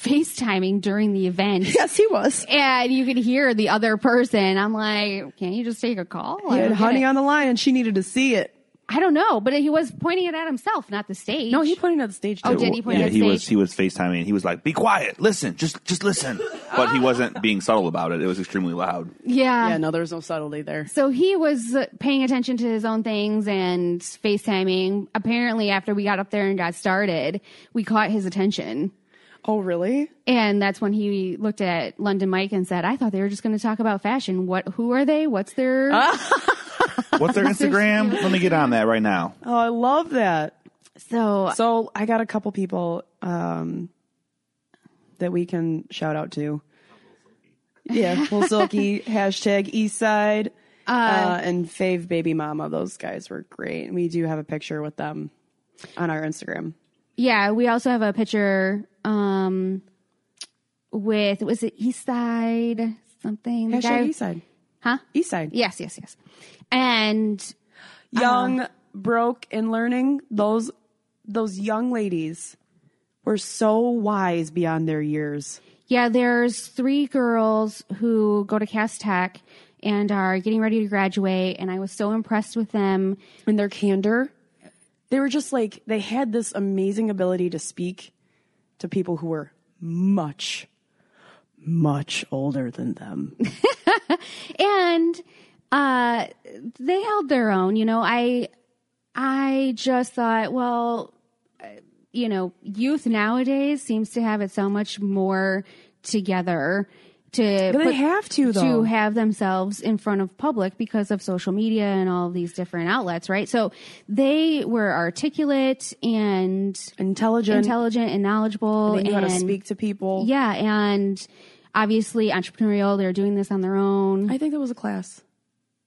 B: FaceTiming during the event.
A: Yes, he was.
B: and you could hear the other person. I'm like, can't you just take a call? I
A: He had
B: don't get
A: honey
B: it.
A: on the line and she needed to see it.
B: I don't know, but he was pointing it at himself, not the stage.
A: No, he put it on stage too.
B: Oh, did he point
C: yeah,
B: at
C: he was
B: stage?
C: he was FaceTiming. And he was like, "Be quiet, listen, just just listen." But he wasn't being subtle about it. It was extremely loud.
B: yeah.
A: yeah, no, there was no subtlety there.
B: So he was uh, paying attention to his own things and FaceTiming. Apparently, after we got up there and got started, we caught his attention.
A: Oh, really?
B: And that's when he looked at London Mike and said, I thought they were just going to talk about fashion. What, who are they? What's their,
A: Ah.
C: What's their Instagram? Let me get on that right now.
A: Oh, I love that.
B: So,
A: So I got a couple people um, that we can shout out to. Yeah, Lil Silky, hashtag Eastside, uh, and Fave Baby Mama. Those guys were great. And we do have a picture with them on our Instagram.
B: yeah, we also have a picture um with was it East Side something? The guy-
A: Hashtag Eastside.
B: Huh?
A: Eastside.
B: Yes, yes, yes. And
A: Young, broke, and learning. Those those young ladies were so wise beyond their years.
B: Yeah, there's three girls who go to Cass Tech and are getting ready to graduate, and I was so impressed with them.
A: and their candor. They were just like they had this amazing ability to speak to people who were much, much older than them.
B: And uh, they held their own. You know, I I just thought, well, uh, you know, youth nowadays seems to have it so much more together. To
A: But they
B: put-
A: have to though.
B: to have themselves in front of public because of social media and all these different outlets, right? So they were articulate and
A: intelligent.
B: intelligent and knowledgeable.
A: they knew how to
B: and-
A: speak to people.
B: Yeah, and obviously entrepreneurial. They're doing this on their own. I,
A: I think that was a class.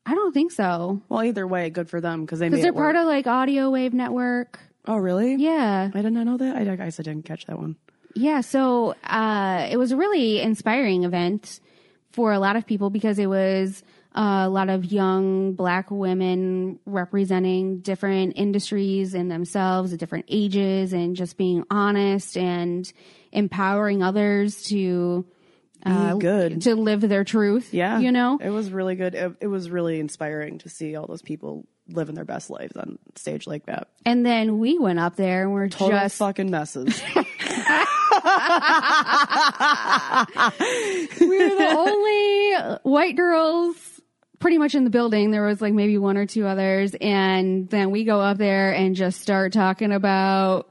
B: don't think so
A: Well, either way, good for them because they made
B: because they're
A: it
B: part
A: work.
B: of like Audio Wave Network.
A: Oh, really?
B: Yeah,
A: I did not know that. I guess I didn't catch that one.
B: yeah. So uh, it was a really inspiring event for a lot of people because it was uh, a lot of young Black women representing different industries and themselves at different ages, and just being honest and empowering others to uh,
A: Be Ah, good.
B: to live their truth.
A: yeah,
B: you know.
A: it was really good. It, it was really inspiring to see all those people living their best lives on stage like that.
B: And then we went up there and we're
A: Total
B: just
A: fucking messes.
B: we were the only white girls pretty much in the building. There was like maybe one or two others, and then we go up there and just start talking about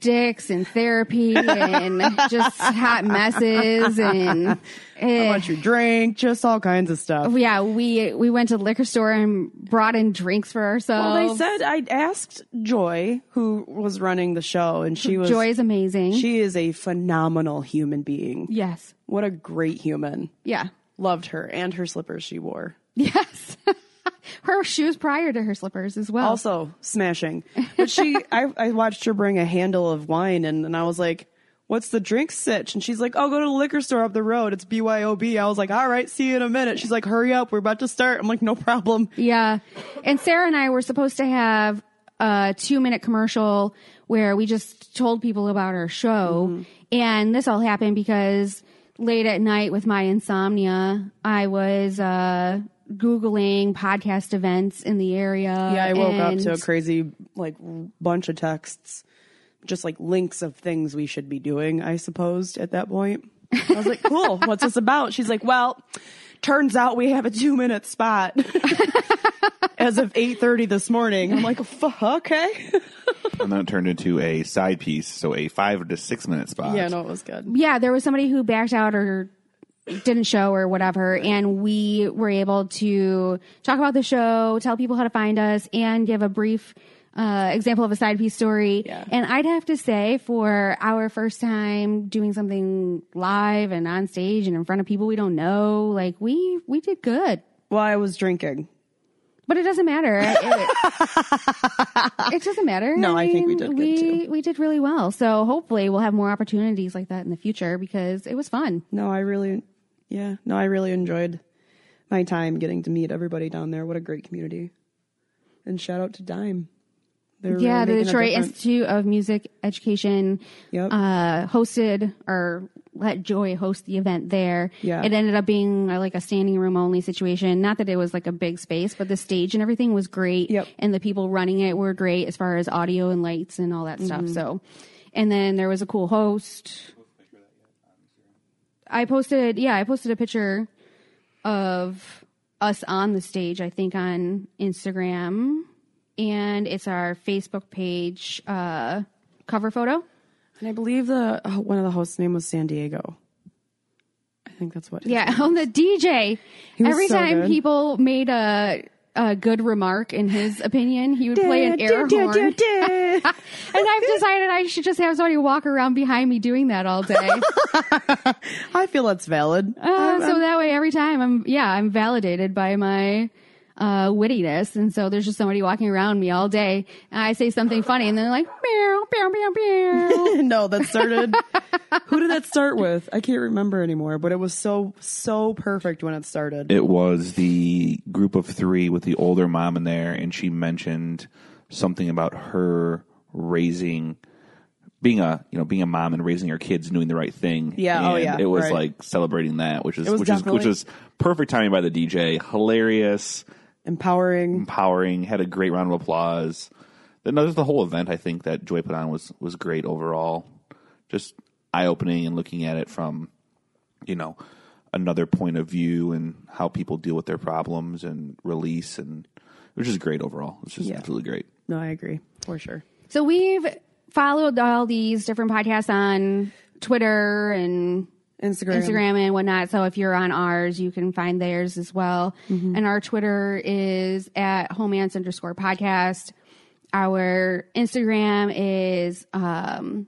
B: dicks and therapy and just hot messes and eh.
A: what you drink, just all kinds of stuff.
B: yeah, we we went to the liquor store and brought in drinks for ourselves.
A: Well, they said I asked Joy, who was running the show, and she was
B: Joy is amazing.
A: she is a phenomenal human being.
B: yes.
A: What a great human.
B: Yeah.
A: Loved her and her slippers she wore.
B: Yes. her shoes prior to her slippers as well.
A: Also smashing. But she, I, I watched her bring a handle of wine, and, and I was like, "What's the drink sitch?" And she's like, "Oh, go to the liquor store up the road. It's BYOB." I was like, "All right, see you in a minute." She's like, "Hurry up, we're about to start." I'm like, "No problem."
B: Yeah. And Sarah and I were supposed to have a two minute commercial where we just told people about our show.
A: Mm-hmm.
B: And this all happened because late at night with my insomnia, I was, uh, Googling podcast events in the area.
A: Yeah, I woke up
B: and-
A: to a crazy like bunch of texts, just like links of things we should be doing. I supposed at that point, I was like, "Cool, what's this about?" She's like, "Well, turns out we have a two minute spot as of eight thirty this morning." I'm like, "Fuck, okay."
C: And then it turned into a side piece, so a five to six minute spot.
A: yeah, no, it was good.
B: yeah, there was somebody who backed out or didn't show or whatever, and we were able to talk about the show, tell people how to find us, and give a brief uh, example of a side piece story. And I'd have to say, for our first time doing something live and on stage and in front of people we don't know, like we we did good.
A: Well, I was drinking.
B: But it doesn't matter. It, it doesn't matter.
A: No, I think we did good,
B: we,
A: too.
B: We did really well. So hopefully we'll have more opportunities like that in the future because it was fun.
A: No, I really, yeah, no, I really enjoyed my time getting to meet everybody down there. What a great community! And shout out to Dime. They're
B: yeah,
A: really
B: the
A: making a
B: Detroit
A: difference.
B: Institute of Music Education
A: Yep.
B: uh, hosted or let Joy host the event there.
A: Yeah.
B: It ended up being uh, like a standing room only situation. Not that it was like a big space, but the stage and everything was great.
A: Yep.
B: And the people running it were great as far as audio and lights and all that stuff.
A: Mm-hmm.
B: So, and then there was a cool host. I posted, yeah, I posted a picture of us on the stage, I think on Instagram and it's our Facebook page uh, cover photo.
A: And I believe the oh, one of the hosts' name was San Diego. I think that's what.
B: Yeah, on the DJ.
A: was
B: Every
A: so
B: time
A: good.
B: people made a a good remark in his opinion, he would play an air horn. And I've decided I should just have somebody walk around behind me doing that all day.
A: I feel that's valid.
B: Uh, so that way, every time I'm, yeah, I'm validated by my uh, wittiness. And so there's just somebody walking around me all day. And I say something funny and they're like, meow, meow, meow, meow.
A: no, that started. who did that start with? I can't remember anymore, but it was so, so perfect when it started.
C: It was the group of three with the older mom in there, and she mentioned something about her raising, being a you know being a mom and raising her kids, doing the right thing.
A: Yeah, oh
C: And
A: yeah,
C: It was
A: right.
C: like celebrating that, which is
A: was
C: which is which
A: definitely-
C: is perfect timing by the DJ. Hilarious,
A: Empowering.
C: empowering. Had a great round of applause. Then there's the whole event. I think that Joy put on was was great overall. Just eye opening and looking at it from you know another point of view and how people deal with their problems and release and it was just great overall. It was just
A: Yeah.
C: absolutely great.
A: No, I agree for sure.
B: So we've followed all these different podcasts on Twitter and
A: Instagram.
B: Instagram and whatnot. So if you're on ours, you can find theirs as well.
A: Mm-hmm.
B: And our Twitter is at homance underscore podcast. Our Instagram is um,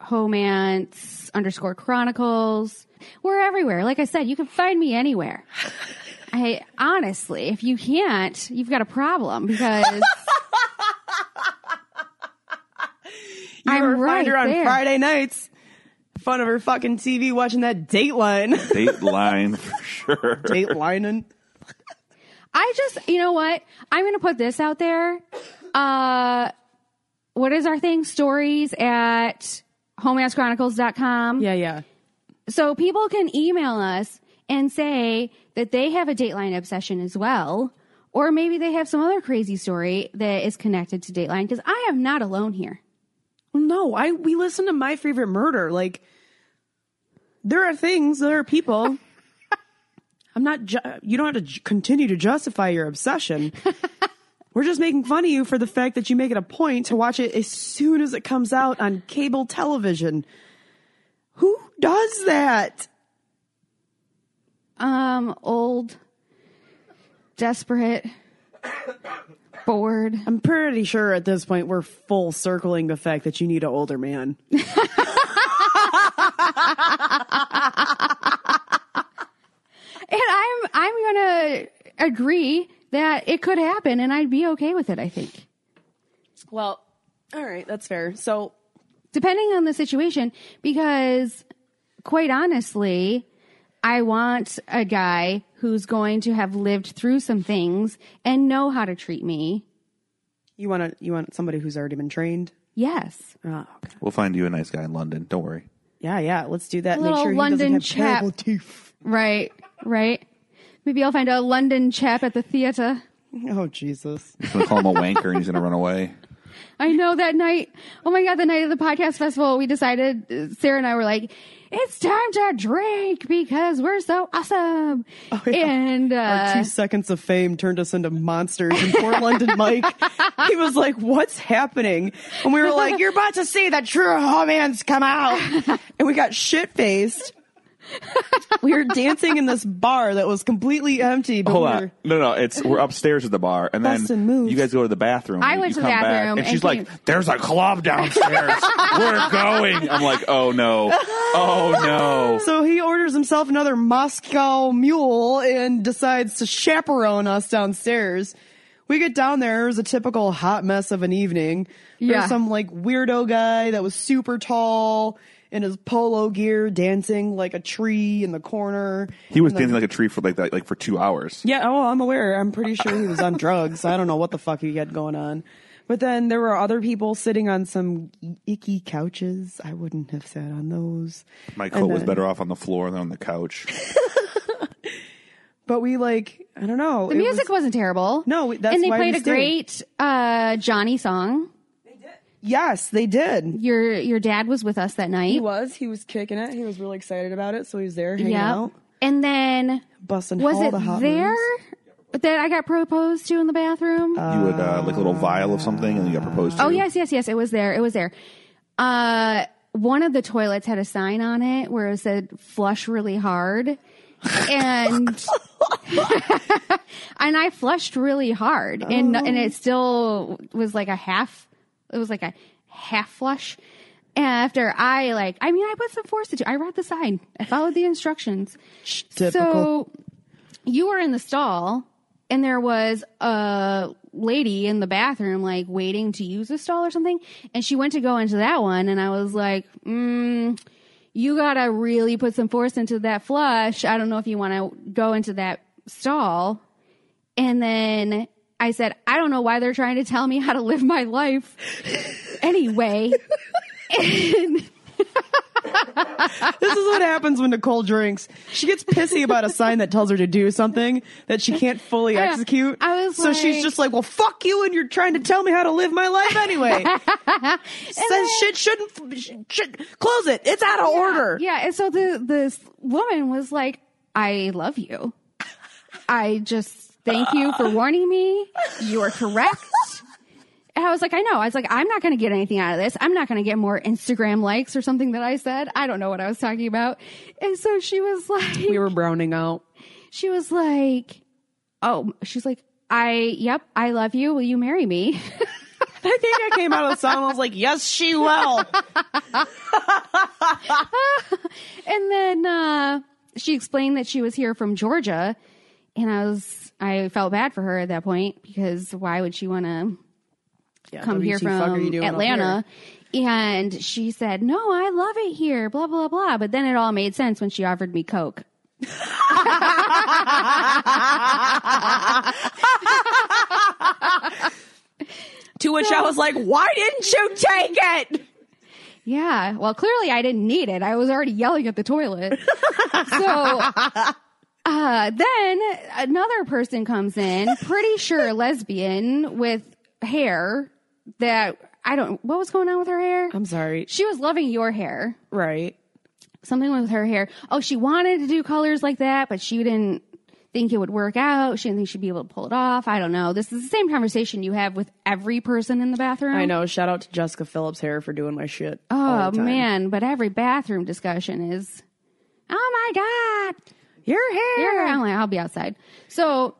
B: homance underscore chronicles. We're everywhere. Like I said, you can find me anywhere. I honestly, if you can't, you've got a problem because I'm
A: You're
B: right
A: on
B: there.
A: Friday nights. Fun of her fucking TV watching that Dateline.
C: Dateline for sure.
A: Datelining.
B: I just, you know what? I'm going to put this out there. Uh, what is our thing? Stories at homeaschronicles.com.
A: Yeah, yeah.
B: So people can email us and say that they have a Dateline obsession as well. Or maybe they have some other crazy story that is connected to Dateline because I am not alone here.
A: No, I we listen to my favorite murder. Like there are things, there are people. I'm not. Ju- you don't have to ju- continue to justify your obsession. We're just making fun of you for the fact that you make it a point to watch it as soon as it comes out on cable television. Who does that?
B: Um, old, desperate, bored.
A: I'm pretty sure at this point we're full circling the fact that you need an older man.
B: And I'm I'm gonna agree that it could happen, and I'd be okay with it. I think,
A: Well, all right, that's fair. So
B: depending on the situation, because quite honestly, I want a guy who's going to have lived through some things and know how to treat me.
A: you want to you want somebody who's already been trained?
B: Yes,
A: Oh, okay.
C: We'll find you a nice guy in London. Don't worry.
A: Yeah, yeah. Let's do that.
B: Little
A: Make sure he
B: London
A: doesn't have
B: chap.
A: terrible teeth.
B: right, right. Maybe I'll find a London chap at the theater.
A: Oh Jesus!
C: He's gonna call him a wanker and he's gonna run away.
B: I know that night. Oh my God, the night of the podcast festival, we decided, uh, Sarah and I were like, it's time to drink because we're so awesome. And,
A: Our
B: uh,
A: Oh, two seconds of fame turned us into monsters. And poor London Mike, he was like, "What's happening?" And we were like, "You're about to see the true homans come out," and we got shit faced. We were dancing in this bar that was completely empty. But
C: Hold
A: we
C: on.
A: were-
C: No, no, it's we're upstairs at the bar, and
A: Bustin'
C: then
A: moves.
C: you guys go to the bathroom.
B: I
C: you
B: went to the
C: come back,
B: bathroom
C: and,
B: and
C: she's
B: came-
C: like, "There's a club downstairs. we're going." I'm like, "Oh no, oh no."
A: So he orders himself another Moscow mule and decides to chaperone us downstairs. We get down there. It was a typical hot mess of an evening. There
B: Yeah.
A: was some like weirdo guy that was super tall in his polo gear dancing like a tree in the corner.
C: He was dancing like a tree for like that, like for two hours.
A: Yeah, oh, I'm aware. I'm pretty sure he was on drugs. I don't know what the fuck he had going on. But then there were other people sitting on some icky couches. I wouldn't have sat on those.
C: My
A: And
C: coat was
A: then-
C: better off on the floor than on the couch.
A: But we like, I don't know.
B: the
A: it
B: music was, not terrible.
A: No, that's
B: And they
A: why we
B: played a
A: stayed.
B: great, uh, Johnny song.
A: Yes, they did.
B: Your, your dad was with us that night.
A: He was. He was kicking it. He was really excited about it, so he was there hanging
B: Yeah.
A: out,
B: And then
A: busting
B: was
A: all
B: it
A: the hot
B: there
A: moves.
B: that I got proposed to in the bathroom?
C: you would uh, like a little vial of something, and you got proposed to.
B: Oh yes, yes, yes. It was there. It was there. Uh, one of the toilets had a sign on it where it said "flush really hard," and and I flushed really hard, and and it still was like a half. It was like a half flush. And after I like, I mean, I put some force into. I read the sign. I followed the instructions.
A: typical.
B: So you were in the stall, and there was a lady in the bathroom, like waiting to use the stall or something. And she went to go into that one, and I was like, mm, "You gotta really put some force into that flush. I don't know if you want to go into that stall." And then I said, "I don't know why they're trying to tell me how to live my life." anyway.
A: This is what happens when Nicole drinks. She gets pissy about a sign that tells her to do something that she can't fully execute.
B: I was
A: so she's
B: like-
A: just like, "Well, fuck you, and you're trying to tell me how to live my life anyway." Says shit shouldn't sh- should, close it. It's out of order.
B: Yeah, and so the this woman was like, "I love you. I just thank you for warning me. You are correct." And I was like, "I know." I was like, "I'm not going to get anything out of this. I'm not going to get more Instagram likes or something that I said. I don't know what I was talking about." And so she was like,
A: We were browning out.
B: she was like, "Oh, she's like, I yep, I love you. Will you marry me?"
A: I think I came out of the song. I was like, "Yes, she will."
B: And then uh, she explained that she was here from Georgia, and I was I felt bad for her at that point because why would she want to come here from Atlanta? And she said, "No, I love it here." Blah blah blah. But then it all made sense when she offered me Coke.
A: To which I was like, "Why didn't you take it?"
B: Yeah. Well, clearly I didn't need it. I was already yelling at the toilet. so uh, then another person comes in, pretty sure lesbian with hair that I don't. What was going on with her hair?
A: I'm sorry.
B: She was loving your hair.
A: Right.
B: Something with her hair. Oh, she wanted to do colors like that, but she didn't think it would work out. She didn't think she'd be able to pull it off. I don't know. This is the same conversation you have with every person in the bathroom.
A: I know. Shout out to Jessica Phillips Hair for doing my shit.
B: Oh man, but every bathroom discussion is, oh my god,
A: your hair.
B: You're- I'm like, I'll be outside. So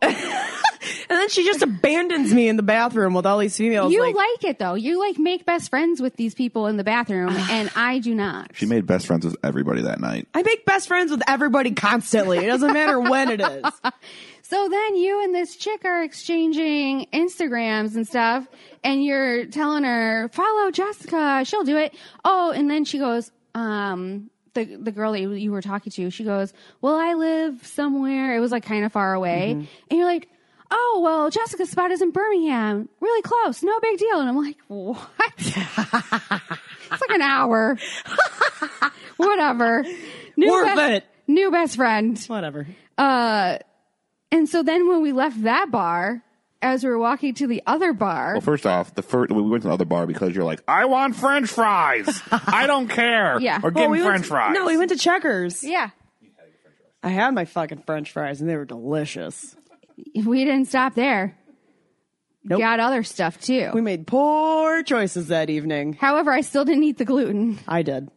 A: And then she just abandons me in the bathroom with all these females.
B: you
A: like,
B: like, it though. You like make best friends with these people in the bathroom, and I do not.
C: She made best friends with everybody that night.
A: I make best friends with everybody constantly. It doesn't matter when it is.
B: So then you and this chick are exchanging Instagrams and stuff, and you're telling her, follow Jessica, she'll do it. Oh, and then she goes, um, the, the girl that you, you were talking to, she goes, well, I live somewhere. It was like kind of far away. And you're like, oh, well, Jessica's spot is in Birmingham, really close, no big deal. And I'm like, what? it's like an hour. Whatever. New
A: Worth
B: best-
A: it.
B: New best friend.
A: Whatever.
B: Uh, And so then when we left that bar, as we were walking to the other bar,
C: Well, first off, the first we went to the other bar because you're like, I want French fries. I don't care.
B: Yeah. Well,
C: Or give me
A: went
C: French
A: to-
C: fries.
A: No, we went to Checkers.
B: yeah,
A: I had my fucking French fries and they were delicious.
B: we didn't stop there.
A: Nope.
B: Got other stuff too.
A: We made poor choices that evening.
B: However, I still didn't eat the gluten.
A: I did.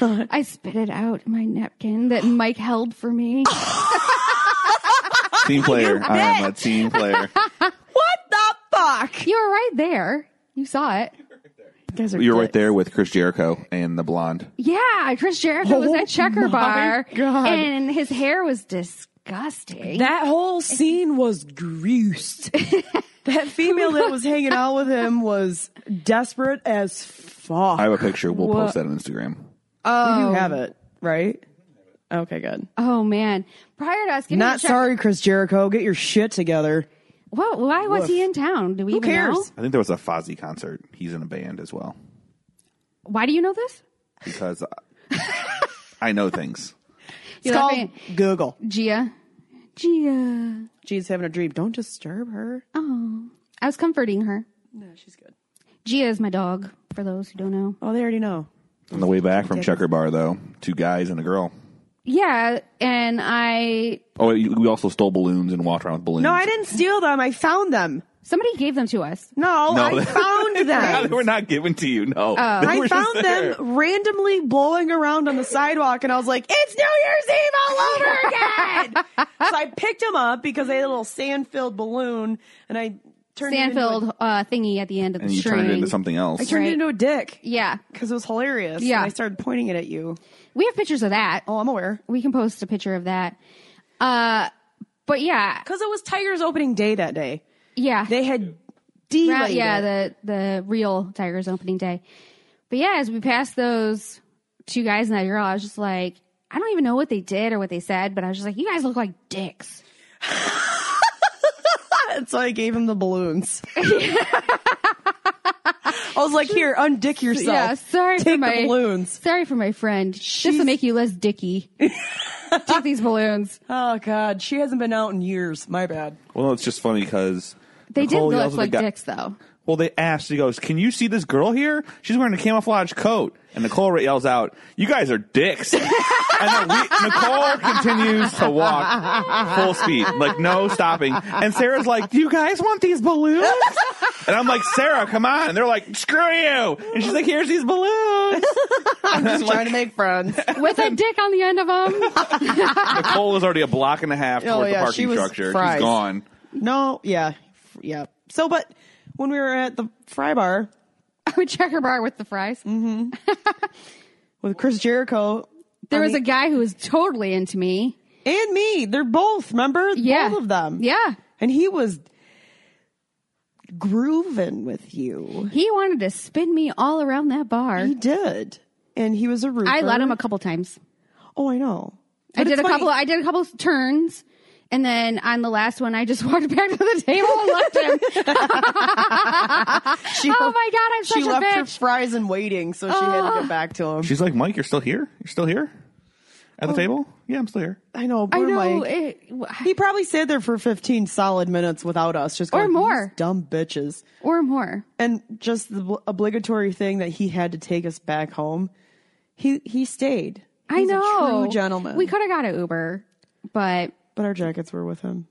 B: I spit it out in my napkin that Mike held for me.
C: team player. I am a team player.
A: What the fuck?
B: you were right there. You saw it.
A: You guys are
C: You're right
A: dicks.
C: there with Chris Jericho and the blonde.
B: Yeah, Chris Jericho was
A: Oh
B: at Checker
A: my
B: Bar,
A: God.
B: and his hair was disgusting.
A: That whole scene was greased. that female that was hanging out with him was desperate as fuck.
C: I have a picture. We'll post that on Instagram.
A: You do have it, right? Okay, good.
B: oh man! Prior to us getting
A: Not
B: to Checker-
A: sorry, Chris Jericho. Get your shit together.
B: What? Why was he in town? Do we
A: Who
B: even
A: cares?
B: know?
C: I think there was a Fozzy concert. He's in a band as well
B: Why do you know this?
C: because I- I know things.
A: It's
B: You're
A: called
B: laughing.
A: Google.
B: Gia. Gia.
A: She's having a dream. Don't disturb her.
B: Oh. I was comforting her.
A: No, she's good.
B: Gia is my dog, for those who don't know.
A: Oh, they already know.
C: On the way back from Checker Bar, though, two guys and a girl.
B: Yeah, and I
C: Oh, you- we also stole balloons and walked around with balloons.
A: No, I didn't steal them. I found them.
B: Somebody gave them to us.
A: No,
C: No,
A: I
C: they-
A: found
C: No, they
A: them.
C: were not given to you. No, They
A: Oh, I
C: were just
A: found
C: there.
A: them randomly blowing around on the sidewalk, and I was like, "It's New Year's Eve all over again!" so I picked them up because they had a little sand-filled balloon, and I turned it into a-
B: Sandfield uh, thingy at the end of
C: and
B: the
C: you
B: string.
C: turned it into something
A: I
C: else.
A: turned
B: Right.
A: it into a dick
B: Yeah,
A: because it was hilarious.
B: Yeah.
A: and I started pointing it at you.
B: we have pictures of that.
A: Oh, I'm aware.
B: We can post a picture of that. Uh, but yeah,
A: Because it was Tiger's opening day that day.
B: yeah,
A: They had delayed
B: Ra- yeah,
A: it.
B: the the real Tigers opening day. But yeah, as we passed those two guys and that girl, I was just like, I don't even know what they did or what they said, but I was just like, you guys look like dicks.
A: And so I gave him the balloons. I was like, here, undick yourself.
B: Yeah, sorry for
A: Take
B: my
A: the balloons.
B: Sorry for my friend. This will make you less dicky. Take these balloons.
A: Oh God, she hasn't been out in years. My bad.
C: Well, it's just funny because
B: They did look like
C: guy,
B: dicks, though.
C: Well, they asked. He goes, "Can you see this girl here? She's wearing a camouflage coat." And Nicole yells out, "You guys are dicks!" and then we, Nicole continues to walk full speed, like no stopping. And Sarah's like, "Do you guys want these balloons?" And I'm like, "Sarah, come on!" And they're like, "Screw you!" And she's like, "Here's these balloons." I'm just
A: Trying to make friends.
B: With a dick on the end of them.
C: Nicole is already a block and a half toward
A: Oh,
C: the
A: yeah, she
C: parking
A: was
C: structure.
A: fries.
C: She's gone.
A: no, yeah, f- yeah. So, but when we were at the fry bar
B: I would check her bar with the fries.
A: Mm, with Chris Jericho
B: There was a guy who was totally into me.
A: and me, they're both. Remember,
B: Yeah.
A: both of them.
B: Yeah.
A: and he was grooving with you.
B: He wanted to spin me all around that bar.
A: He did, and he was a roofer.
B: I let him a couple times.
A: Oh, I know.
B: I
A: But
B: did
A: it's
B: a
A: funny.
B: couple. I did a couple turns, and then on the last one, I just walked back to the table and left him.
A: She-
B: oh my god, I'm
A: she
B: such a
A: left her
B: bitch.
A: fries in waiting, so she had to get back to him.
C: She's like, "Mike, you're still here? You're still here at
A: Oh.
C: the table? Yeah, I'm still here."
A: I know.
B: I
A: poor
B: know.
A: Mike.
B: it-
A: He probably sat there for 15 solid minutes without us, just going,
B: Or more.
A: "These dumb bitches.
B: or more.
A: And just the bl- obligatory thing that he had to take us back home. He he stayed.
B: I
A: He's a
B: know.
A: true gentleman.
B: We could have got an Uber, but
A: but our jackets were with him.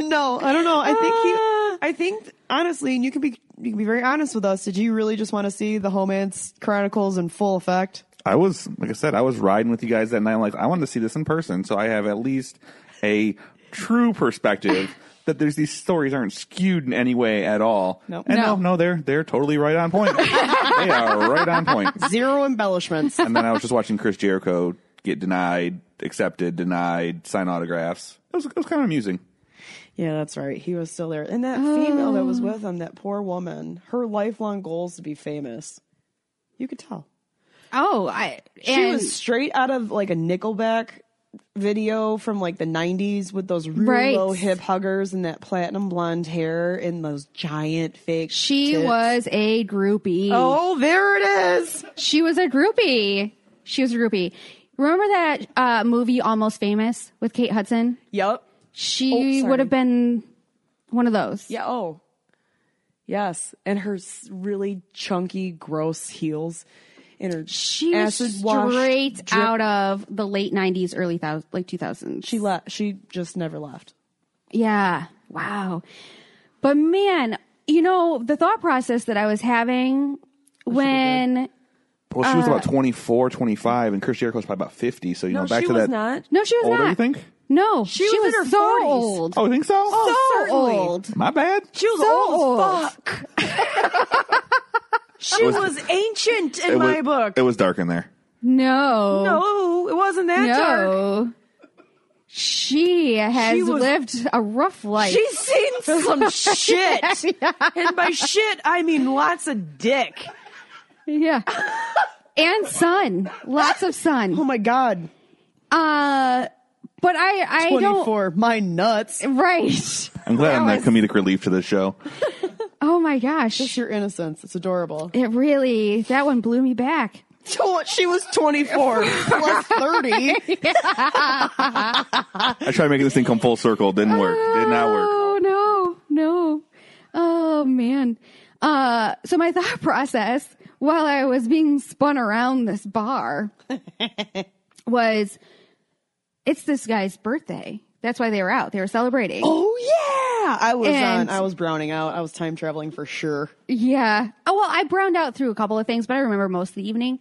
A: no, I don't know. I think he. I think honestly, and you can be you can be very honest with us. Did you really just want to see the Homance Chronicles in full effect?
C: I was, like I said, I was riding with you guys that night. I'm like, I wanted to see this in person, so I have at least a true perspective that there's these stories aren't skewed in any way at all.
A: Nope.
C: And
B: No.
C: no, no, they're they're totally right on point. they are right on point.
A: Zero embellishments.
C: And then I was just watching Chris Jericho get denied, accepted, denied, sign autographs. It was it was kind of amusing.
A: Yeah, that's right. He was still there. And that female that was with him, that poor woman, her lifelong goal is to be famous. You could tell.
B: oh, I
A: She
B: and-
A: was straight out of like a Nickelback video from like the 90s with those really
B: Right.
A: low hip huggers and that platinum blonde hair and those giant fake
B: She
A: tits.
B: was a groupie.
A: Oh, there it is.
B: She was a groupie. She was a groupie. Remember that uh, movie Almost Famous with Kate Hudson?
A: Yep.
B: She
A: Oh, sorry.
B: would have been one of those.
A: Yeah. Oh. Yes. And her s- really chunky, gross heels. And her
B: She was
A: acid wash
B: straight
A: drip
B: out of the late '90s, early thousand, like 2000s.
A: She left. She just never left.
B: yeah, wow. But man, you know the thought process that I was having when
C: Well, she was
B: Uh,
C: about 24, 25, and Chris Jericho was probably about 50. So you know, back to that
B: no, she was
C: older.
B: not.
C: You think?
B: No, she,
A: was
B: was,
A: in her
B: so
A: 40s.
B: old.
C: Oh, you think so? Oh,
B: so
A: certainly.
B: old.
C: my bad.
A: She was
B: So
A: old.
B: old.
A: As fuck. she was, ancient in my
C: was,
A: book.
C: It was dark in there.
B: No,
A: no, it wasn't that dark.
B: no. She has
A: She was-
B: lived a rough life.
A: She's seen some shit. And by shit, I mean lots of dick.
B: yeah, and sun, lots of sun.
A: Oh my god.
B: Uh, but I, I don't.
A: 24. My nuts.
B: Right.
C: I'm glad I'm
B: That
C: that comedic relief to this show.
B: Oh my gosh.
A: It's your innocence. It's adorable.
B: It really, that one blew me back.
A: She was 24 plus 30.
C: I tried making this thing come full circle. Didn't work. Did not work.
B: Oh no, no. Oh man. Uh, so my thought process while I was being spun around this bar was, it's this guy's birthday. That's why they were out. They were celebrating.
A: Oh I was
B: And-
A: on. I was browning out. I was time traveling for sure.
B: Yeah. Oh, well, I browned out through a couple of things, but I remember most of the evening.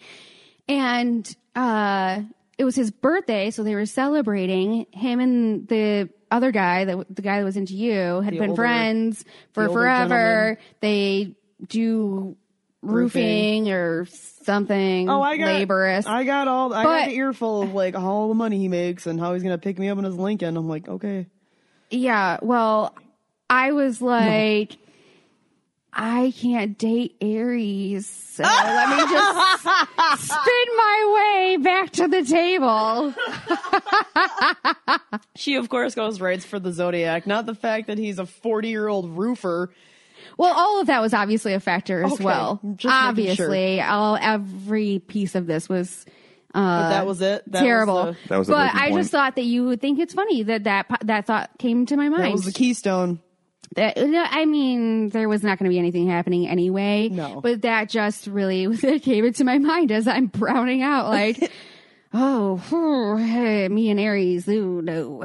B: And uh, it was his birthday, so they were celebrating. Him and the other guy, that the guy that was into you, had been
A: older-
B: friends for
A: older
B: forever. They do roofing, or something.
A: Oh, I got
B: laborious.
A: I got all. I
B: But-
A: got the earful of like all the money he makes and how he's gonna pick me up in his Lincoln. I'm like, okay.
B: Yeah. Well, I was like, I can't date Aries. So let me just spin my way back to the table.
A: She of course goes rights for the zodiac, not the fact that he's a 40 year old roofer.
B: Well, all of that was obviously a factor as
A: Okay,
B: well.
A: just making
B: Obviously, all every piece of this was uh,
A: But that was it. That was
B: terrible.
A: the-
C: That was the
B: but
C: breaking
B: I just
C: point.
B: thought that you would think it's funny that that po- that thought came to my mind.
A: that was the keystone.
B: That, uh, no, I mean, there was not going to be anything happening anyway.
A: No.
B: But that just really it came into my mind as I'm browning out. Like, oh, phew, hey, me and Aries, ooh, no.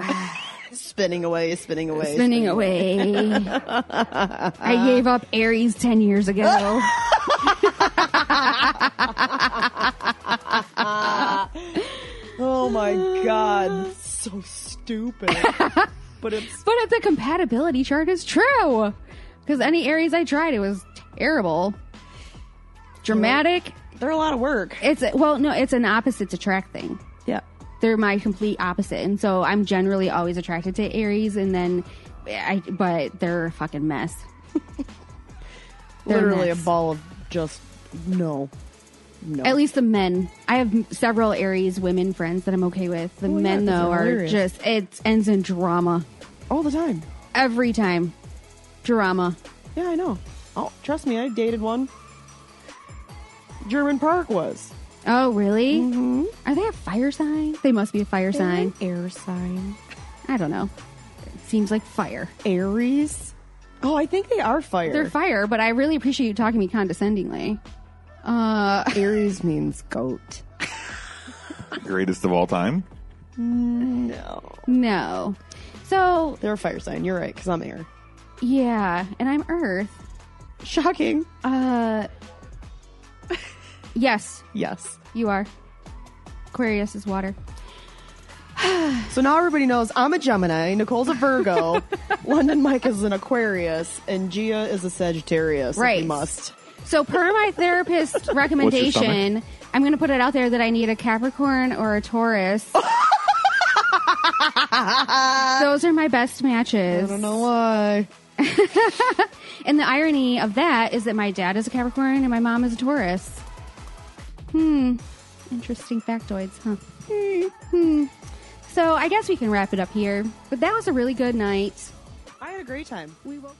A: Spinning away, spinning away.
B: Spinning away. I gave up Aries 10 years ago.
A: Oh my god, that's so stupid. but it's
B: but if the compatibility chart is true, because any Aries I tried, it was terrible. Dramatic.
A: they're a lot of work.
B: It's, well, no, it's an opposites attract thing.
A: Yeah.
B: they're my complete opposite and so i'm generally always attracted to aries and then i but they're a fucking mess They're
A: Literally
B: nuts.
A: a ball of just no. No.
B: at least the men i have m- several aries women friends that i'm okay with the
A: Oh, yeah,
B: men
A: 'cause
B: though
A: they're
B: are
A: hilarious.
B: just it ends in drama
A: all the time.
B: every time drama
A: Yeah, I know. Oh, trust me, I dated one. German Park was.
B: oh really are they a fire sign they must be a fire sign
A: Air sign.
B: i don't know it seems like fire
A: Aries. Oh, I think they are fire.
B: they're fire but i really appreciate you talking to me condescendingly uh
A: Aries means goat.
C: Greatest of all time.
A: No.
B: no so
A: They're a fire sign. You're right, because I'm air.
B: Yeah, and I'm Earth.
A: Shocking.
B: Uh Yes,
A: Yes.
B: you are. Aquarius is water.
A: So now everybody knows I'm a Gemini, Nicole's a Virgo, London Mike is an Aquarius, and Gia is a Sagittarius. if
B: Right.
A: we must.
B: So per my therapist recommendation, I'm going to put it out there that I need a Capricorn or a Taurus. Those are my best matches.
A: I don't know why.
B: And the irony of that is that my dad is a Capricorn and my mom is a Taurus. Hmm. Interesting factoids, huh? Hmm. Hmm. So I guess we can wrap it up here. But that was a really good night.
A: I had a great time.
B: We will.